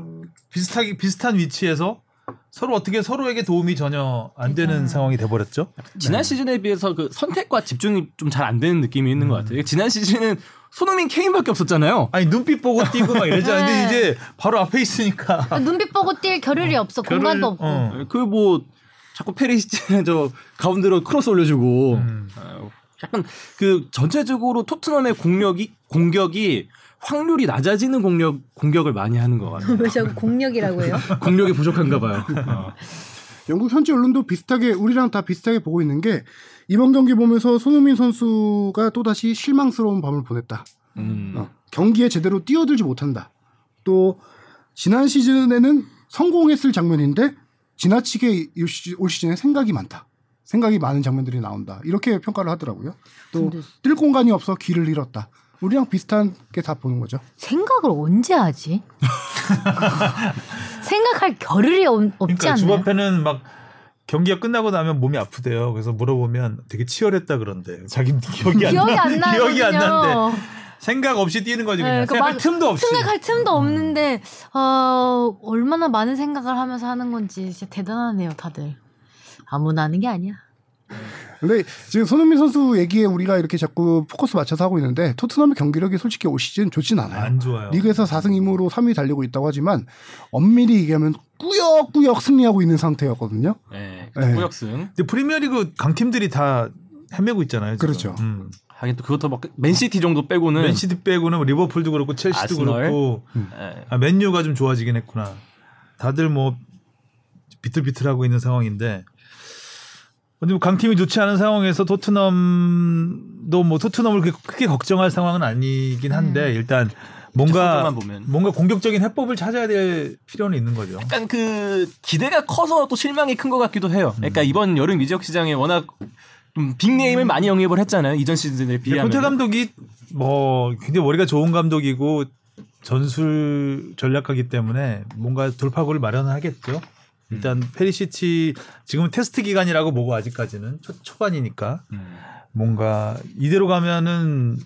S2: 비슷하게 비슷한 위치에서 서로 어떻게 서로에게 도움이 전혀 안 되는 상황이 돼버렸죠.
S3: 지난 시즌에 비해서 그 선택과 집중이 좀 잘 안 되는 느낌이 있는
S2: 음.
S3: 것 같아요. 지난 시즌은 손흥민 케인밖에 없었잖아요.
S2: 아니 눈빛 보고 뛰고 막 이랬잖아.
S1: 네.
S2: 근데 이제 바로 앞에 있으니까
S1: 눈빛 보고 뛸 겨를이 없어.
S2: 결을-
S1: 공간도 없고.
S2: 어.
S3: 그 뭐 자꾸 페리시치 저 가운데로 크로스 올려주고
S2: 음.
S3: 어, 약간 그 전체적으로 토트넘의 공격이 공격이 확률이 낮아지는 공격 공격을 많이 하는 것 같아요.
S6: 왜 자꾸 공력이라고 해요?
S3: 공력이 부족한가 봐요. 어.
S4: 영국 현지 언론도 비슷하게 우리랑 다 비슷하게 보고 있는 게 이번 경기 보면서 손흥민 선수가 또다시 실망스러운 밤을 보냈다.
S3: 음.
S4: 어, 경기에 제대로 뛰어들지 못한다. 또 지난 시즌에는 성공했을 장면인데 지나치게 이 시- 올 시즌에 생각이 많다. 생각이 많은 장면들이 나온다. 이렇게 평가를 하더라고요. 또 뛸 공간이 없어 길을 잃었다. 우리랑 비슷한 게 다 보는 거죠.
S1: 생각을 언제 하지? 생각할 겨를이 없, 지
S2: 그러니까
S1: 않나요?
S2: 주바페는 막 경기가 끝나고 나면 몸이 아프대요. 그래서 물어보면 되게 치열했다 그런데 자기 기억이 안
S6: 기억이
S2: 나.
S6: 안 나요.
S2: 기억이 안 나는데 생각 없이 뛰는 거지 그냥.
S6: 네, 그
S2: 생각할
S6: 막
S2: 틈도 없이. 음.
S6: 생각할 틈도 없는데 어, 얼마나 많은 생각을 하면서 하는 건지 진짜 대단하네요, 다들. 아무나 하는 게 아니야.
S4: 근데 지금 손흥민 선수 얘기에 우리가 이렇게 자꾸 포커스 맞춰서 하고 있는데 토트넘의 경기력이 솔직히 올 시즌 좋진 않아요.
S2: 안 좋아요.
S4: 리그에서 4승 2무로 3위 달리고 있다고 하지만 엄밀히 얘기하면 꾸역꾸역 승리하고 있는 상태였거든요.
S3: 네.
S4: 네.
S3: 꾸역승.
S2: 근데 프리미어리그 강팀들이 다 헤매고 있잖아요. 지금.
S4: 그렇죠.
S2: 음.
S3: 하긴 또 그것도 막 맨시티 정도 빼고는
S2: 맨시티 빼고는 뭐 리버풀도 그렇고 첼시도
S3: 네. 아스널.
S2: 그렇고
S3: 예.
S2: 아, 맨유가 좀 좋아지긴 했구나. 다들 뭐 비틀비틀하고 있는 상황인데 근데 뭐 강팀이 좋지 않은 상황에서 토트넘도 뭐 토트넘을 그렇게 크게 걱정할 상황은 아니긴
S4: 음.
S2: 한데 일단 뭔가
S3: 성적만 보면.
S2: 뭔가 공격적인 해법을 찾아야 될 필요는 있는 거죠.
S3: 약간 그 기대가 커서 또 실망이 큰 것 같기도 해요. 그러니까 이번 여름 이적 시장에 워낙 좀 빅네임을 많이 영입을 했잖아요. 이전 시즌에 비하면.
S2: 콘테 네, 감독이 뭐 굉장히 머리가 좋은 감독이고 전술 전략가기 때문에 뭔가 돌파구를 마련하겠죠. 일단
S3: 음.
S2: 페리시치 지금은 테스트 기간이라고 보고 아직까지는 초, 초반이니까
S3: 음.
S2: 뭔가 이대로 가면은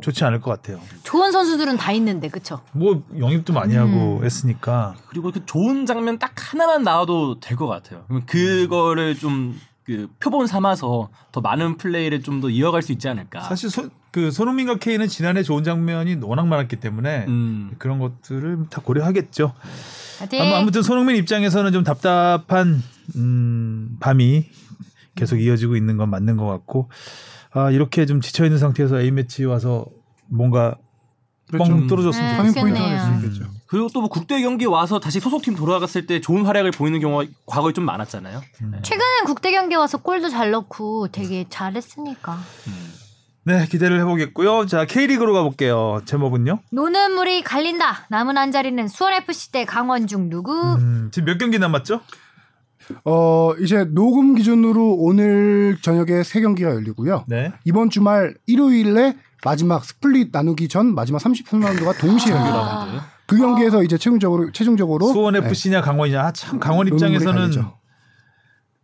S2: 좋지 않을 것 같아요.
S6: 좋은 선수들은 다 있는데, 그쵸?
S2: 뭐 영입도 많이 하고 했으니까
S3: 그리고 그 좋은 장면 딱 하나만 나와도 될 것 같아요. 그러면 그거를 좀 그 표본 삼아서 더 많은 플레이를 좀 더 이어갈 수 있지 않을까.
S2: 사실 손, 그 손흥민과 케인은 지난해 좋은 장면이 워낙 많았기 때문에
S3: 음.
S2: 그런 것들을 다 고려하겠죠.
S6: 파이팅!
S2: 아무- 아무튼 손흥민 입장에서는 좀 답답한 음, 밤이 계속 이어지고 있는 건 맞는 것 같고 아, 이렇게 좀 지쳐 있는 상태에서 A 매치 와서 뭔가 뻥 그렇죠.
S4: 그렇죠.
S3: 좀-
S2: 떨어졌으면
S6: 네,
S2: 좋겠어요.
S4: 3인 포인트
S6: 좋겠네요.
S2: 음.
S4: 하나 있으겠죠.
S3: 그리고 또 뭐 국대 경기 와서 다시 소속팀 돌아갔을 때 좋은 활약을 보이는 경우가 과거에 좀 많았잖아요.
S6: 최근엔 국대 경기 와서 골도 잘 넣고 되게 잘했으니까.
S2: 네 기대를 해보겠고요. 자 K 리그로 가볼게요. 제목은요.
S6: 노는 물이 갈린다. 남은 한 자리는 수원 FC 대 강원 중 누구?
S2: 음, 지금 몇 경기 남았죠?
S4: 어, 이제 녹음 기준으로 오늘 저녁에 세 경기가 열리고요.
S2: 네.
S4: 이번 주말 일요일에 마지막 스플릿 나누기 전 마지막 33라운드가 동시에
S6: 아.
S4: 열립니다. 그 경기에서 이제 최종적으로 최종적으로
S2: 어? 수원
S4: 네, 음,
S2: FC냐 강원이냐. 아, 참 강원
S4: 노는 물이
S2: 입장에서는
S4: 갈리죠.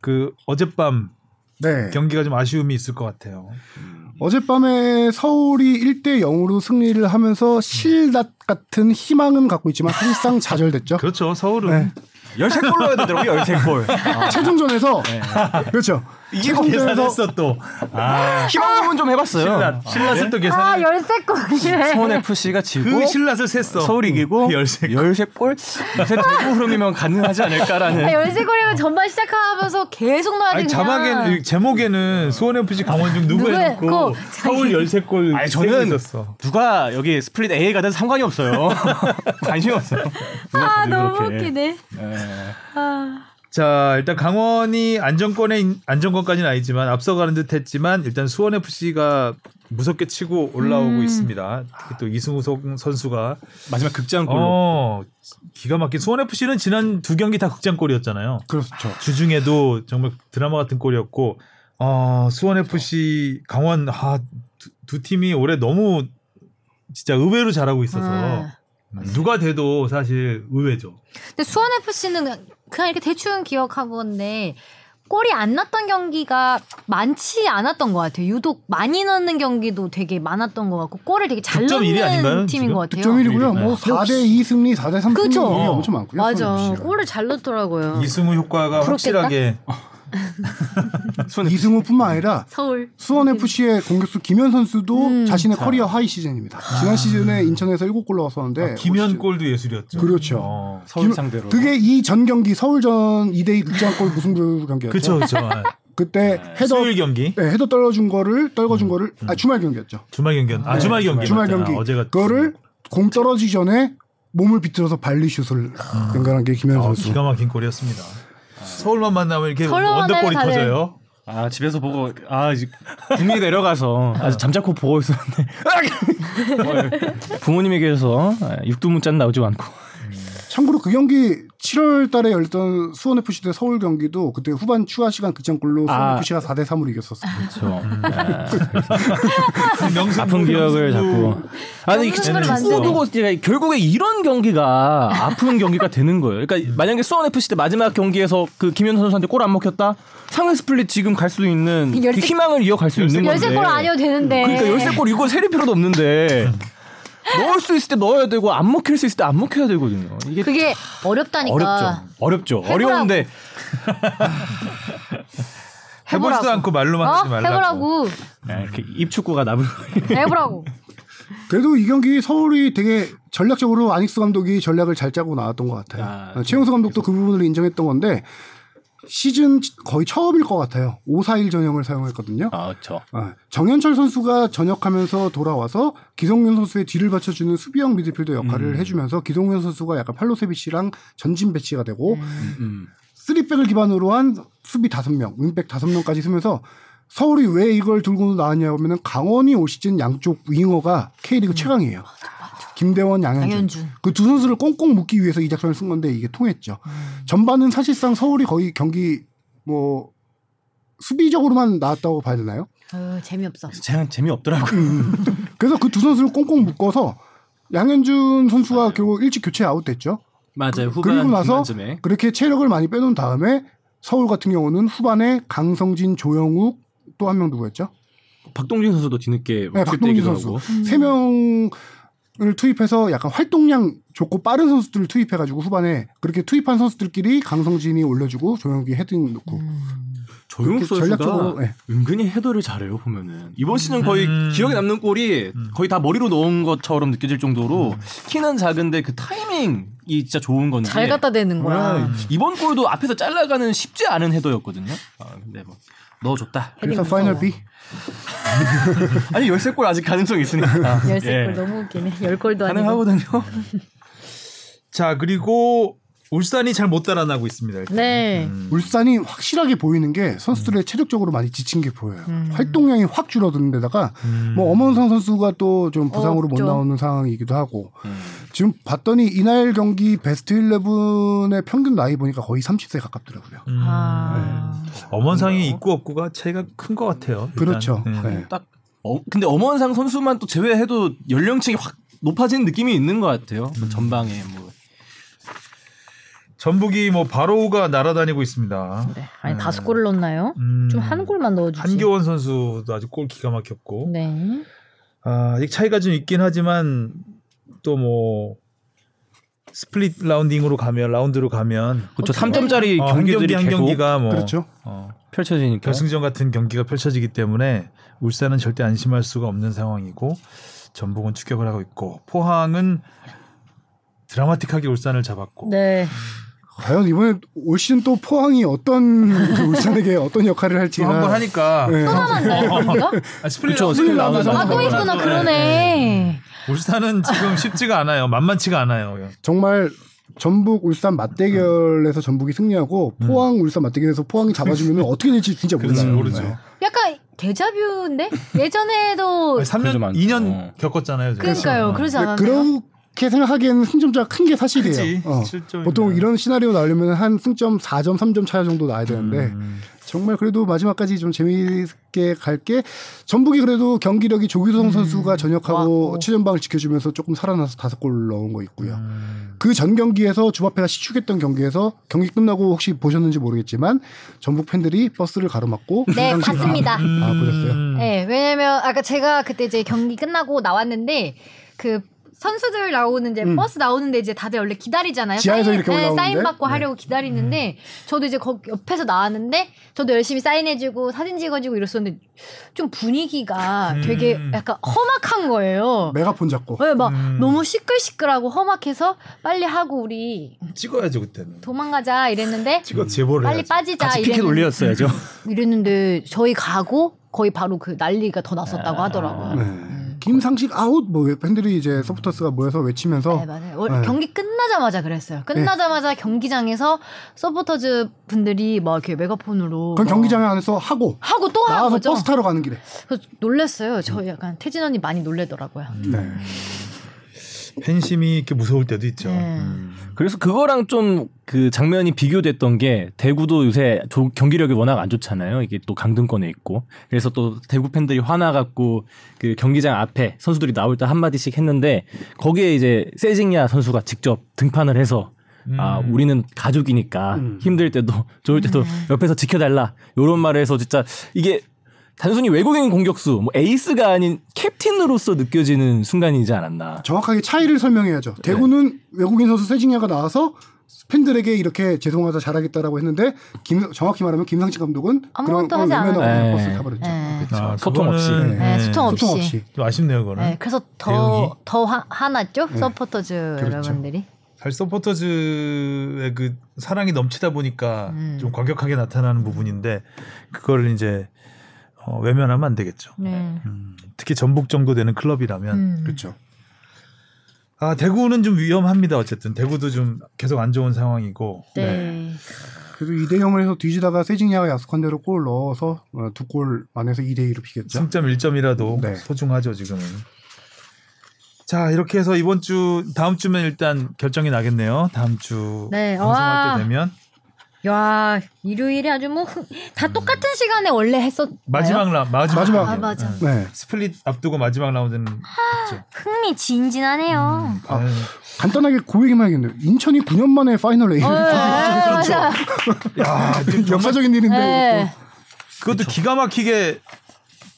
S2: 그 어젯밤
S4: 네.
S2: 경기가 좀 아쉬움이 있을 것 같아요.
S4: 어젯밤에 서울이 1대 0으로 승리를 하면서 실낱 같은 희망은 갖고 있지만 사실상 좌절됐죠.
S2: 그렇죠.
S4: 네.
S2: 서울은
S3: 열세골 넣어야 되더라고요. 열세골.
S4: 최종전에서 그렇죠.
S2: 네. 이거 계산했어 또. 아, 네.
S3: 희망 고문 좀 해봤어요.
S2: 신라 신라스 또 계산.
S6: 아, 열세 골이네.
S3: 수원 FC가 지고
S2: 그 신라스 셌어.
S3: 서울 이기고
S2: 그 열세 골.
S3: 골 요새 대구 흐름이면 가능하지 않을까라는
S6: 열세 골이면 전반 시작하면서 계속 넣어야
S2: 아니
S6: 되냐.
S2: 자막에는 이 제목에는 수원 FC 강원중
S6: 누구의
S2: 누구에 놓고
S6: 거?
S2: 서울 열세 골.
S3: 아니, 저는-
S2: 세고 있었어.
S3: 누가 여기 스플릿 A 가든 상관이 없어요 관심 없어요
S6: 아,
S3: 누가
S6: 너무
S3: 그렇게.
S6: 웃기네. 아,
S2: 자 일단 강원이 안정권에 인- 안정권까지는 아니지만 앞서가는 듯했지만 일단 수원 FC가 무섭게 치고 올라오고 있습니다. 특히 또 이승우 선- 선수가
S3: 마지막 극장골로
S2: 어 기가 막힌 수원 FC는 지난 두 경기 다 극장골이었잖아요.
S4: 그렇죠.
S2: 주중에도 정말 드라마 같은 골이었고 어, 수원 FC 강원 아, 두, 두 팀이 올해 너무 진짜 의외로 잘하고 있어서 음, 누가 돼도 사실 의외죠.
S6: 근데 수원 FC는 그냥 이렇게 대충 기억하건데 골이 안 났던 경기가 많지 않았던 것 같아요. 유독 많이 넣는 경기도 되게 많았던 것 같고 골을 되게 잘
S2: 득점 일이
S6: 넣는
S2: 아닌가요,
S6: 팀인
S2: 지금?
S6: 것 같아요.
S4: 득점일이고요. 뭐
S2: 역시.
S4: 4대 2 승리, 4대 3 승리
S6: 그죠?
S4: 이게 엄청 많고요.
S6: 맞아,
S4: 손흥민 씨가.
S6: 골을 잘
S1: 어.
S6: 넣더라고요.
S2: 이승우 효과가
S6: 부럽겠다.
S2: 확실하게 네,
S4: 이승우뿐만 아니라
S6: 서울.
S4: 수원 FC의 공격수 김현 선수도
S6: 네. 음.
S4: 자신의 커리어 하이 시즌입니다. 지난 시즌에 인천에서 7골 넣었었는데 올
S2: 아, 김현
S4: 시즌-
S2: 어, 골도 예술이었죠.
S4: 그렇죠.
S2: 어.
S3: 서울 상대로
S4: 그게 이 전 경기 서울전 2대2 극장골 무승부 경기였죠.
S2: 그렇죠, 그렇죠. 아,
S4: 그때 헤더
S2: 수요일 경기,
S4: 네, 헤더 떨어준 거를 떨궈준 거를 아 주말 경기였죠.
S2: 주말 경기, 아
S4: 네,
S2: 주말 경기,
S4: 주말
S2: 맞잖아.
S4: 경기
S2: 어제가
S4: 그거를 공 떨어지기 전에 몸을 비틀어서 발리슛을 연결한 게 김현
S2: 아,
S4: 선수.
S2: 기가 막힌 골이었습니다. 아, 서울만 만나면 이렇게
S6: 서울만 만나면
S2: 언더골이
S6: 다들-
S2: 터져요.
S3: 아 집에서 보고 아 이제 국내 내려가서
S5: 아주 잠자코 보고 있었는데 부모님에게서 육두문자는 나오지 않고
S4: 참고로 그 경기 7월 달에 열던 수원 FC 대 서울 경기도 그때 후반 추가 시간 극장골로 수원
S3: 아.
S4: FC가 4대 3으로 이겼었어요.
S3: 그렇죠.
S2: 명승부,
S3: 아픈 기억을
S2: 명승부.
S4: 음.
S3: 자꾸. 아니 그
S1: 명승부를
S3: 축구도 결국에 이런 경기가 아픈 경기가 되는 거예요. 그러니까 만약에 수원 FC 때 마지막 경기에서 그 김현수 선수한테 골 안 먹혔다. 상위 스플릿 지금 갈 수 있는 그
S1: 열세-
S3: 희망을 이어갈 수 있는 건데.
S2: 네.
S1: 열쇠골 아니어도 되는데.
S3: 그러니까 열쇠골 이거 세릴 필요도 없는데 넣을 수 있을 때 넣어야 되고 안 먹힐 수 있을 때 안 먹혀야 되거든요. 이게
S1: 그게 어렵다니까.
S4: 그러니까.
S3: 어렵죠. 어렵죠. 어려운데
S2: 해보지도
S1: 해보라고.
S2: 않고 말로만
S1: 어?
S2: 하지 말라고.
S1: 해보라고.
S3: 네, 이렇게 입축구가 나불.
S1: 해보라고.
S4: 그래도 이 경기 서울이 되게 전략적으로 아닉스 감독이 전략을 잘 짜고 나왔던 것 같아요.
S3: 아,
S4: 어, 최용수 감독도 그 부분을 인정했던 건데 시즌 거의 처음일 것 같아요. 5-4-1 전형을 사용했거든요.
S3: 아, 그렇죠.
S4: 아, 정현철 선수가 전역하면서 돌아와서 기성윤 선수의 뒤를 받쳐주는 수비형 미드필더 역할을 해주면서 기성윤 선수가 약간 팔로세비치랑 전진 배치가 되고
S3: 음.
S4: 쓰리백을 기반으로 한 수비 다섯 명, 윙백 다섯 명까지 쓰면서 서울이 왜 이걸 들고 나왔냐 하면은 강원이 올 시즌 양쪽 윙어가 K리그 최강이에요. 김대원, 음. 양현준.
S1: 양현준.
S4: 그 두 선수를 꽁꽁 묶기 위해서 이 작전을 쓴 건데 이게 통했죠. 전반은 사실상 서울이 거의 경기 뭐 수비적으로만 나왔다고 봐야 되나요?
S1: 어, 재미없어.
S3: 제가 재미없더라고요.
S4: 그래서 그 두 선수를 꽁꽁 묶어서 양현준 선수가 결국 일찍 교체 아웃됐죠.
S3: 맞아요.
S4: 그리고 나서 그렇게 체력을 많이 빼놓은 다음에 서울 같은 경우는 후반에 강성진, 조영욱 또 한 명 누구였죠?
S3: 박동진 선수도 뒤늦게
S4: 네, 박동진
S3: 뛰기도
S4: 선수
S3: 하고.
S7: 음.
S4: 세 명을 투입해서 약간 활동량 좋고 빠른 선수들을 투입해가지고 후반에 그렇게 투입한 선수들끼리 강성진이 올려주고 조영욱이 헤딩 넣고
S7: 음.
S3: 조용욱
S4: 그렇게
S3: 선수가
S4: 전략적으로, 예.
S3: 은근히 헤더를 잘해요 보면은 이번 시즌 거의
S2: 음.
S3: 기억에 남는 골이 거의 다 머리로 넣은 것처럼 느껴질 정도로 키는 작은데 그 타이밍이 진짜 좋은 건데
S7: 잘 갖다 대는 거야.
S3: 이번 골도 앞에서 잘라가는 쉽지 않은 헤더였거든요. 아, 근데 뭐 넣어줬다.
S4: 그래서 파이널 B
S3: 아니 열세 골 아직 가능성이 있으니까
S7: 열쇠골
S3: 예.
S7: 너무 웃기네. 열 골도 아니고.
S3: 가능하거든요.
S2: 자 그리고 울산이 잘 못 따라나고 있습니다. 일단.
S7: 네.
S2: 음.
S4: 울산이 확실하게 보이는 게
S7: 음.
S4: 선수들의 체력적으로 많이 지친 게 보여요. 활동량이 확 줄어드는 데다가
S2: 음.
S4: 뭐 엄원성 선수가 또 좀 부상으로 못
S7: 없죠.
S4: 나오는 상황이기도 하고
S3: 음.
S4: 지금 봤더니 이날 경기 베스트 11의 평균 나이 보니까 거의 30세 가깝더라고요.
S2: 음.
S7: 아.
S2: 엄원상이 있고 없고가 차이가 큰 것 같아요. 일단.
S4: 그렇죠.
S2: 음.
S4: 네.
S3: 딱 어, 근데 엄원상 선수만 또 제외해도 연령층이 확 높아지는 느낌이 있는 것 같아요. 뭐 전방에 뭐
S2: 전북이 뭐 바로우가 날아다니고 있습니다.
S7: 네. 아니 다섯 골을 넣었나요?
S2: 음.
S7: 좀 한 골만 넣어주지.
S2: 한교원 선수도 아주 골 기가 막혔고
S7: 네.
S2: 아, 이 차이가 좀 있긴 하지만 또 뭐 스플릿 라운딩으로 가면 라운드로 가면
S3: 그렇죠. 3점짜리
S2: 어, 한
S3: 경기들이
S2: 한
S3: 계속
S2: 경기가 뭐
S4: 그렇죠.
S2: 어,
S3: 펼쳐지니까
S2: 결승전 같은 경기가 펼쳐지기 때문에 울산은 절대 안심할 수가 없는 상황이고 전북은 추격을 하고 있고 포항은 드라마틱하게 울산을 잡았고
S7: 네.
S4: 과연 이번에 올 시즌 또 포항이 어떤 그 울산에게 어떤 역할을 할지가
S2: 또뭐 한 번 하니까
S4: 네.
S2: 아, 스플릿
S3: 그쵸,
S2: 라운드.
S3: 스플릿 라운드
S1: 아, 또 있구나.
S2: 네.
S1: 그러네.
S2: 울산은 지금 쉽지가 않아요. 만만치가 않아요.
S4: 그렇죠. 정말 전북 울산 맞대결에서 전북이 승리하고 포항 울산 맞대결에서 포항이 잡아주면 어떻게 될지 진짜
S2: 음. 그렇지,
S4: 몰라요.
S2: 모르죠.
S4: 네.
S1: 약간 데자뷰인데? 예전에도
S2: 3년
S3: 많-
S2: 2년
S3: 어.
S2: 겪었잖아요. 저희가.
S1: 그러니까요.
S2: 어.
S1: 그러지
S4: 근데
S1: 않았나요?
S4: 그렇게 생각하기에는 승점차가 큰 게 사실이에요.
S2: 그치.
S4: 어.
S2: 실점이나.
S4: 보통 이런 시나리오 나오려면 한 승점 4점, 3점 차 정도 나야 되는데
S2: 음.
S4: 정말 그래도 마지막까지 좀 재미있게 갈게 전북이 그래도 경기력이 조규성 선수가 전역하고
S7: 좋았고.
S4: 최전방을 지켜주면서 조금 살아나서 다섯 골 넣은 거 있고요.
S2: 음.
S4: 그 전 경기에서 주바페가 시축했던 경기에서 경기 끝나고 혹시 보셨는지 모르겠지만 전북 팬들이 버스를 가로막고
S1: 네,
S4: 분당시로-
S1: 봤습니다.
S4: 아, 아, 보셨어요?
S2: 음.
S1: 네, 왜냐면 아까 제가 그때 이제 경기 끝나고 나왔는데 그 선수들 나오는 이제 버스 나오는데 이제 다들 원래 기다리잖아요.
S4: 음. 지하에서
S1: 사인,
S4: 이렇게 올라오는데?
S1: 사인 받고
S4: 네. 음.
S1: 하려고 기다리는데 저도 이제 거 옆에서 나왔는데 저도 열심히 사인해주고 사진 찍어주고 이랬었는데 좀 분위기가
S2: 음.
S1: 되게 약간 험악한 거예요.
S4: 메가폰 잡고
S1: 네, 막
S2: 음.
S1: 너무 시끌시끌하고 험악해서 빨리 하고 우리
S2: 찍어야죠 그때는.
S1: 도망가자 이랬는데
S2: 찍어 제보를
S1: 빨리
S2: 해야지.
S1: 빠지자
S3: 같이 피켓
S1: 이랬는데,
S3: 올렸어야죠.
S1: 이랬는데 저희 가고 거의 바로 그 난리가 더 났었다고 하더라고요.
S4: 네.
S1: 음.
S4: 김상식 아웃 뭐 팬들이 이제 서포터스가 모여서
S1: 네,
S4: 외치면서
S1: 맞아요. 원래
S4: 네.
S1: 경기 끝나자마자 그랬어요. 끝나자마자 경기장에서 서포터즈 분들이 막 이렇게 메가폰으로
S4: 그건
S1: 막
S4: 경기장 안에서 하고
S1: 하고 어. 또 하는
S4: 나와서 음.
S1: 거죠.
S4: 버스 타러 가는 길에 음.
S1: 그래서 놀랬어요. 저 약간 태진 언니 많이 놀래더라고요.
S4: 네.
S2: 팬심이 이렇게 무서울 때도 있죠.
S1: 네.
S2: 음.
S3: 그래서 그거랑 좀 그 장면이 비교됐던 게 대구도 요새 조- 경기력이 워낙 안 좋잖아요. 이게 또 강등권에 있고. 그래서 또 대구 팬들이 화나갖고 그 경기장 앞에 선수들이 나올 때 한마디씩 했는데 거기에 이제 세징야 선수가 직접 등판을 해서 아,
S2: 음.
S3: 우리는 가족이니까 힘들 때도 좋을 때도 옆에서 지켜달라. 요런 말을 해서 진짜 이게 단순히 외국인 공격수, 뭐 에이스가 아닌 캡틴으로서 느껴지는 순간이지 않았나.
S4: 정확하게 차이를 설명해야죠. 대구는 외국인 선수 세징야가 나와서 팬들에게 이렇게 죄송하다 잘하겠다라고 했는데 김- 정확히 말하면 김상진 감독은 그런
S1: 아무것도
S4: 걸
S1: 하지
S4: 외면하고
S3: 않아요.
S4: 버스
S3: 네.
S4: 타버렸죠.
S1: 네.
S2: 아,
S3: 소통
S2: 그거는-
S3: 없이.
S2: 네.
S1: 네, 소통 없이.
S4: 소통 없이.
S2: 좀 아쉽네요, 그거는.
S1: 네, 그래서
S2: 대응이?
S1: 더 더 화났죠 서포터즈
S4: 네. 그렇죠.
S1: 여러분들이.
S2: 사실 서포터즈의 그 사랑이 넘치다 보니까
S1: 음.
S2: 좀 과격하게 나타나는 부분인데 그걸 이제 어, 외면하면 안 되겠죠.
S1: 네.
S2: 음, 특히 전북 정도 되는 클럽이라면
S1: 음.
S4: 그렇죠.
S2: 아 대구는 좀 위험합니다. 어쨌든 대구도 좀 계속 안 좋은 상황이고
S1: 네.
S4: 그래서 2대 0을 해서 뒤지다가 세징야가 약속한 대로 골 넣어서 두 골 안에서 2대 2로 비겼죠.
S2: 승점 1점이라도
S4: 네.
S2: 소중하죠 지금은. 자 이렇게 해서 이번 주 다음 주면 일단 결정이 나겠네요. 다음 주
S1: 네,
S2: 방송할
S1: 와.
S2: 때 되면
S1: 야 일요일에 아주 뭐 다 똑같은 시간에 원래 했었. 네.
S2: 마지막 라 마지막,
S4: 음. 마지막.
S1: 아 맞아.
S2: 음.
S4: 네.
S2: 스플릿 앞두고 마지막 라운드는 있죠.
S1: 흥미진진하네요.
S4: 음.
S2: 아,
S4: 간단하게 그 얘기만 하겠네요. 인천이 9년 만에 파이널 A.
S2: 아,
S1: 어, 예.
S2: 그렇죠.
S1: 맞아.
S2: 야, 지금
S4: 역사적인 일인데.
S1: 네.
S2: 그것도 기가 막히게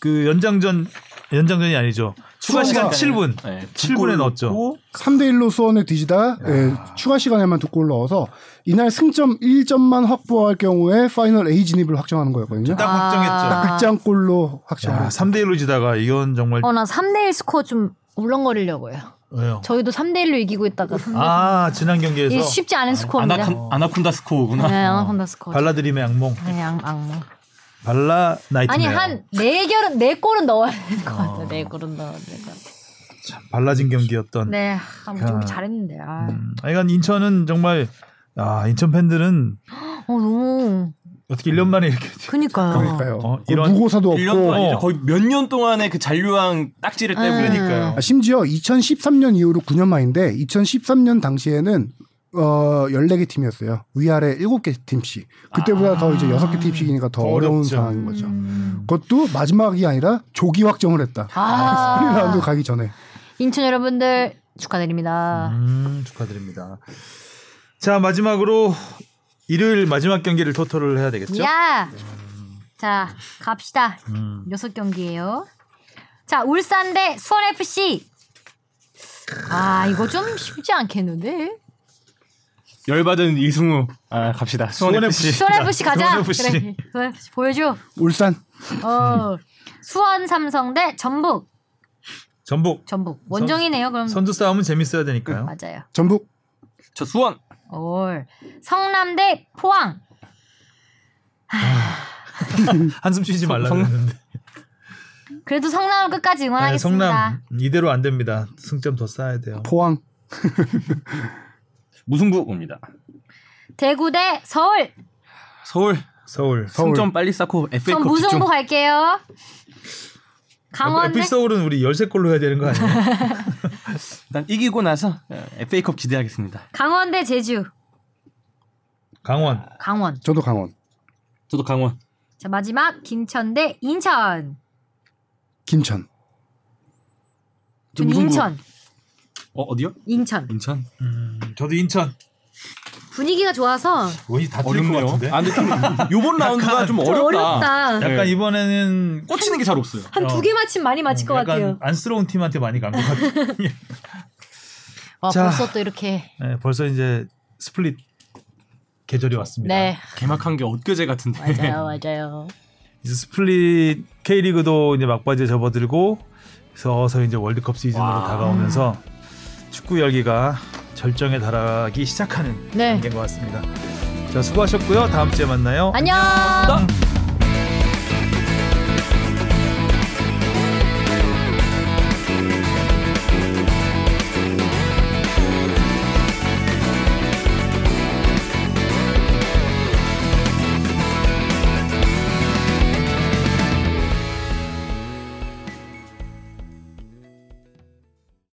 S2: 그 연장전 연장전이 아니죠. 추가 시간 7분.
S3: 네,
S2: 7분에 넣었죠.
S4: 3대 1로 수원에 뒤지다 예, 추가 시간에만 두 골 넣어서 이날 승점 1점만 확보할 경우에 파이널 A 진입을 확정하는 거였거든요.
S2: 딱
S1: 아.
S2: 확정했죠.
S4: 극장골로 확정.
S2: 야, 3대 1로 지다가 이건 정말
S1: 어나 3대1 스코어 좀 울렁거리려고요.
S2: 왜요?
S1: 저희도 3대1로 이기고 있다가
S2: 아, 지난 경기에서
S1: 이게 쉽지 않은 스코어입니다.
S3: 아나콘다 스코어구나.
S1: 네, 아나콘다 스코어.
S2: 발라드림의 악몽.
S1: 네, 악- 악몽.
S2: 발라 나이트.
S1: 아니 한 네 결은 네 골은 넣어야 되는 것 같아요. 네 골은 넣어야 되는 것 같아요.
S2: 발라진 경기였던.
S1: 네, 아, 좀
S2: 아.
S1: 잘했는데. 아,
S2: 음, 하여간 인천은 정말 아, 인천 팬들은
S1: 어 너무.
S2: 어떻게 1년 만에 이렇게
S1: 그니까요.
S4: 그러니까요.
S2: 어,
S4: 그
S2: 이런-
S4: 무고사도 없고
S3: 1년도 아니죠. 거의 몇 년 동안의 그 잔류왕 딱지를
S1: 네.
S3: 떼고
S2: 그러니까요.
S4: 아, 심지어 2013년 이후로 9년 만인데 2013년 당시에는 어 14개 팀이었어요. 위아래 7개 팀씩. 그때보다 더 이제 6개 팀씩이니까 더
S2: 아.
S4: 어려운
S2: 어렵죠.
S4: 상황인 거죠.
S1: 음.
S4: 그것도 마지막이 아니라 조기 확정을 했다.
S1: 아.
S4: 스프링 라운드 가기 전에.
S1: 인천 여러분들 축하드립니다.
S2: 음, 축하드립니다. 자, 마지막으로 일요일 마지막 경기를 토토를 해야 되겠죠?
S1: 야, 자 갑시다.
S2: 음.
S1: 여섯 경기예요. 자 울산 대 수원 FC. 아 이거 좀 쉽지 않겠는데?
S3: 열받은 이승우. 아 갑시다. 수원 FC.
S1: 수원 FC 가자.
S2: 수원 FC.
S1: 그래, 수원 FC 보여줘.
S4: 울산
S1: 어, 수원 삼성 대 전북.
S2: 전북
S1: 전북 원정이네요. 그럼
S2: 선두 싸움은 재밌어야
S1: 음.
S2: 되니까요.
S1: 맞아요.
S4: 전북
S3: 저 수원.
S1: 올 성남 대 포항.
S2: 한숨 쉬지 말라 그랬는데.
S1: 그래도 성남을 끝까지
S2: 네,
S1: 응원하겠습니다.
S2: 성남 이대로 안 됩니다. 승점 더 쌓아야 돼요.
S4: 포항
S3: 무승부입니다.
S1: 대구 대
S2: 네,
S1: 서울.
S3: 서울.
S2: 서울.
S4: 서울.
S3: 승점 빨리 쌓고
S1: 전
S3: FA컵 집중.
S1: 무승부
S2: 어,
S1: 갈게요. 강원 대
S2: FC 서울은 우리 열세골로 해야 되는 거 아니에요?
S3: 일단 이기고 나서 예, FA컵 기대하겠습니다.
S1: 강원 대 제주.
S2: 강원.
S1: 강원.
S4: 저도 강원
S3: 저도 강원.
S1: 자 마지막 김천 대 인천.
S4: 김천
S1: 전 인천.
S3: 어 어디요?
S1: 인천.
S3: 인천.
S2: 음, 저도 인천.
S1: 분위기가 좋아서
S2: 원이 다 틀릴 것
S3: 어렵네요.
S2: 같은데.
S3: 아, 근데 좀 요번 라운드가 좀
S1: 좀
S3: 어렵다.
S1: 어렵다.
S2: 약간
S3: 네.
S2: 이번에는
S3: 꽂히는 게 잘 없어요.
S1: 한 두 개 맞힌 많이 맞힐 것
S2: 약간
S1: 같아요.
S2: 안쓰러운 팀한테 많이 간 것 같아요.
S1: 와,
S2: 자.
S1: 어, 벌써 또 이렇게.
S2: 네, 벌써 이제 스플릿 계절이 왔습니다.
S1: 네,
S3: 개막한 게 엊그제 같은데.
S1: 맞아요, 맞아요.
S2: 이제 스플릿 K리그도 이제 막바지에 접어들고 서서 이제 월드컵 시즌으로 다가오면서 축구 열기가 절정에 달하기 시작하는
S1: 네.
S2: 단계인 것 같습니다. 자, 수고하셨고요. 다음 주에 만나요.
S1: 안녕.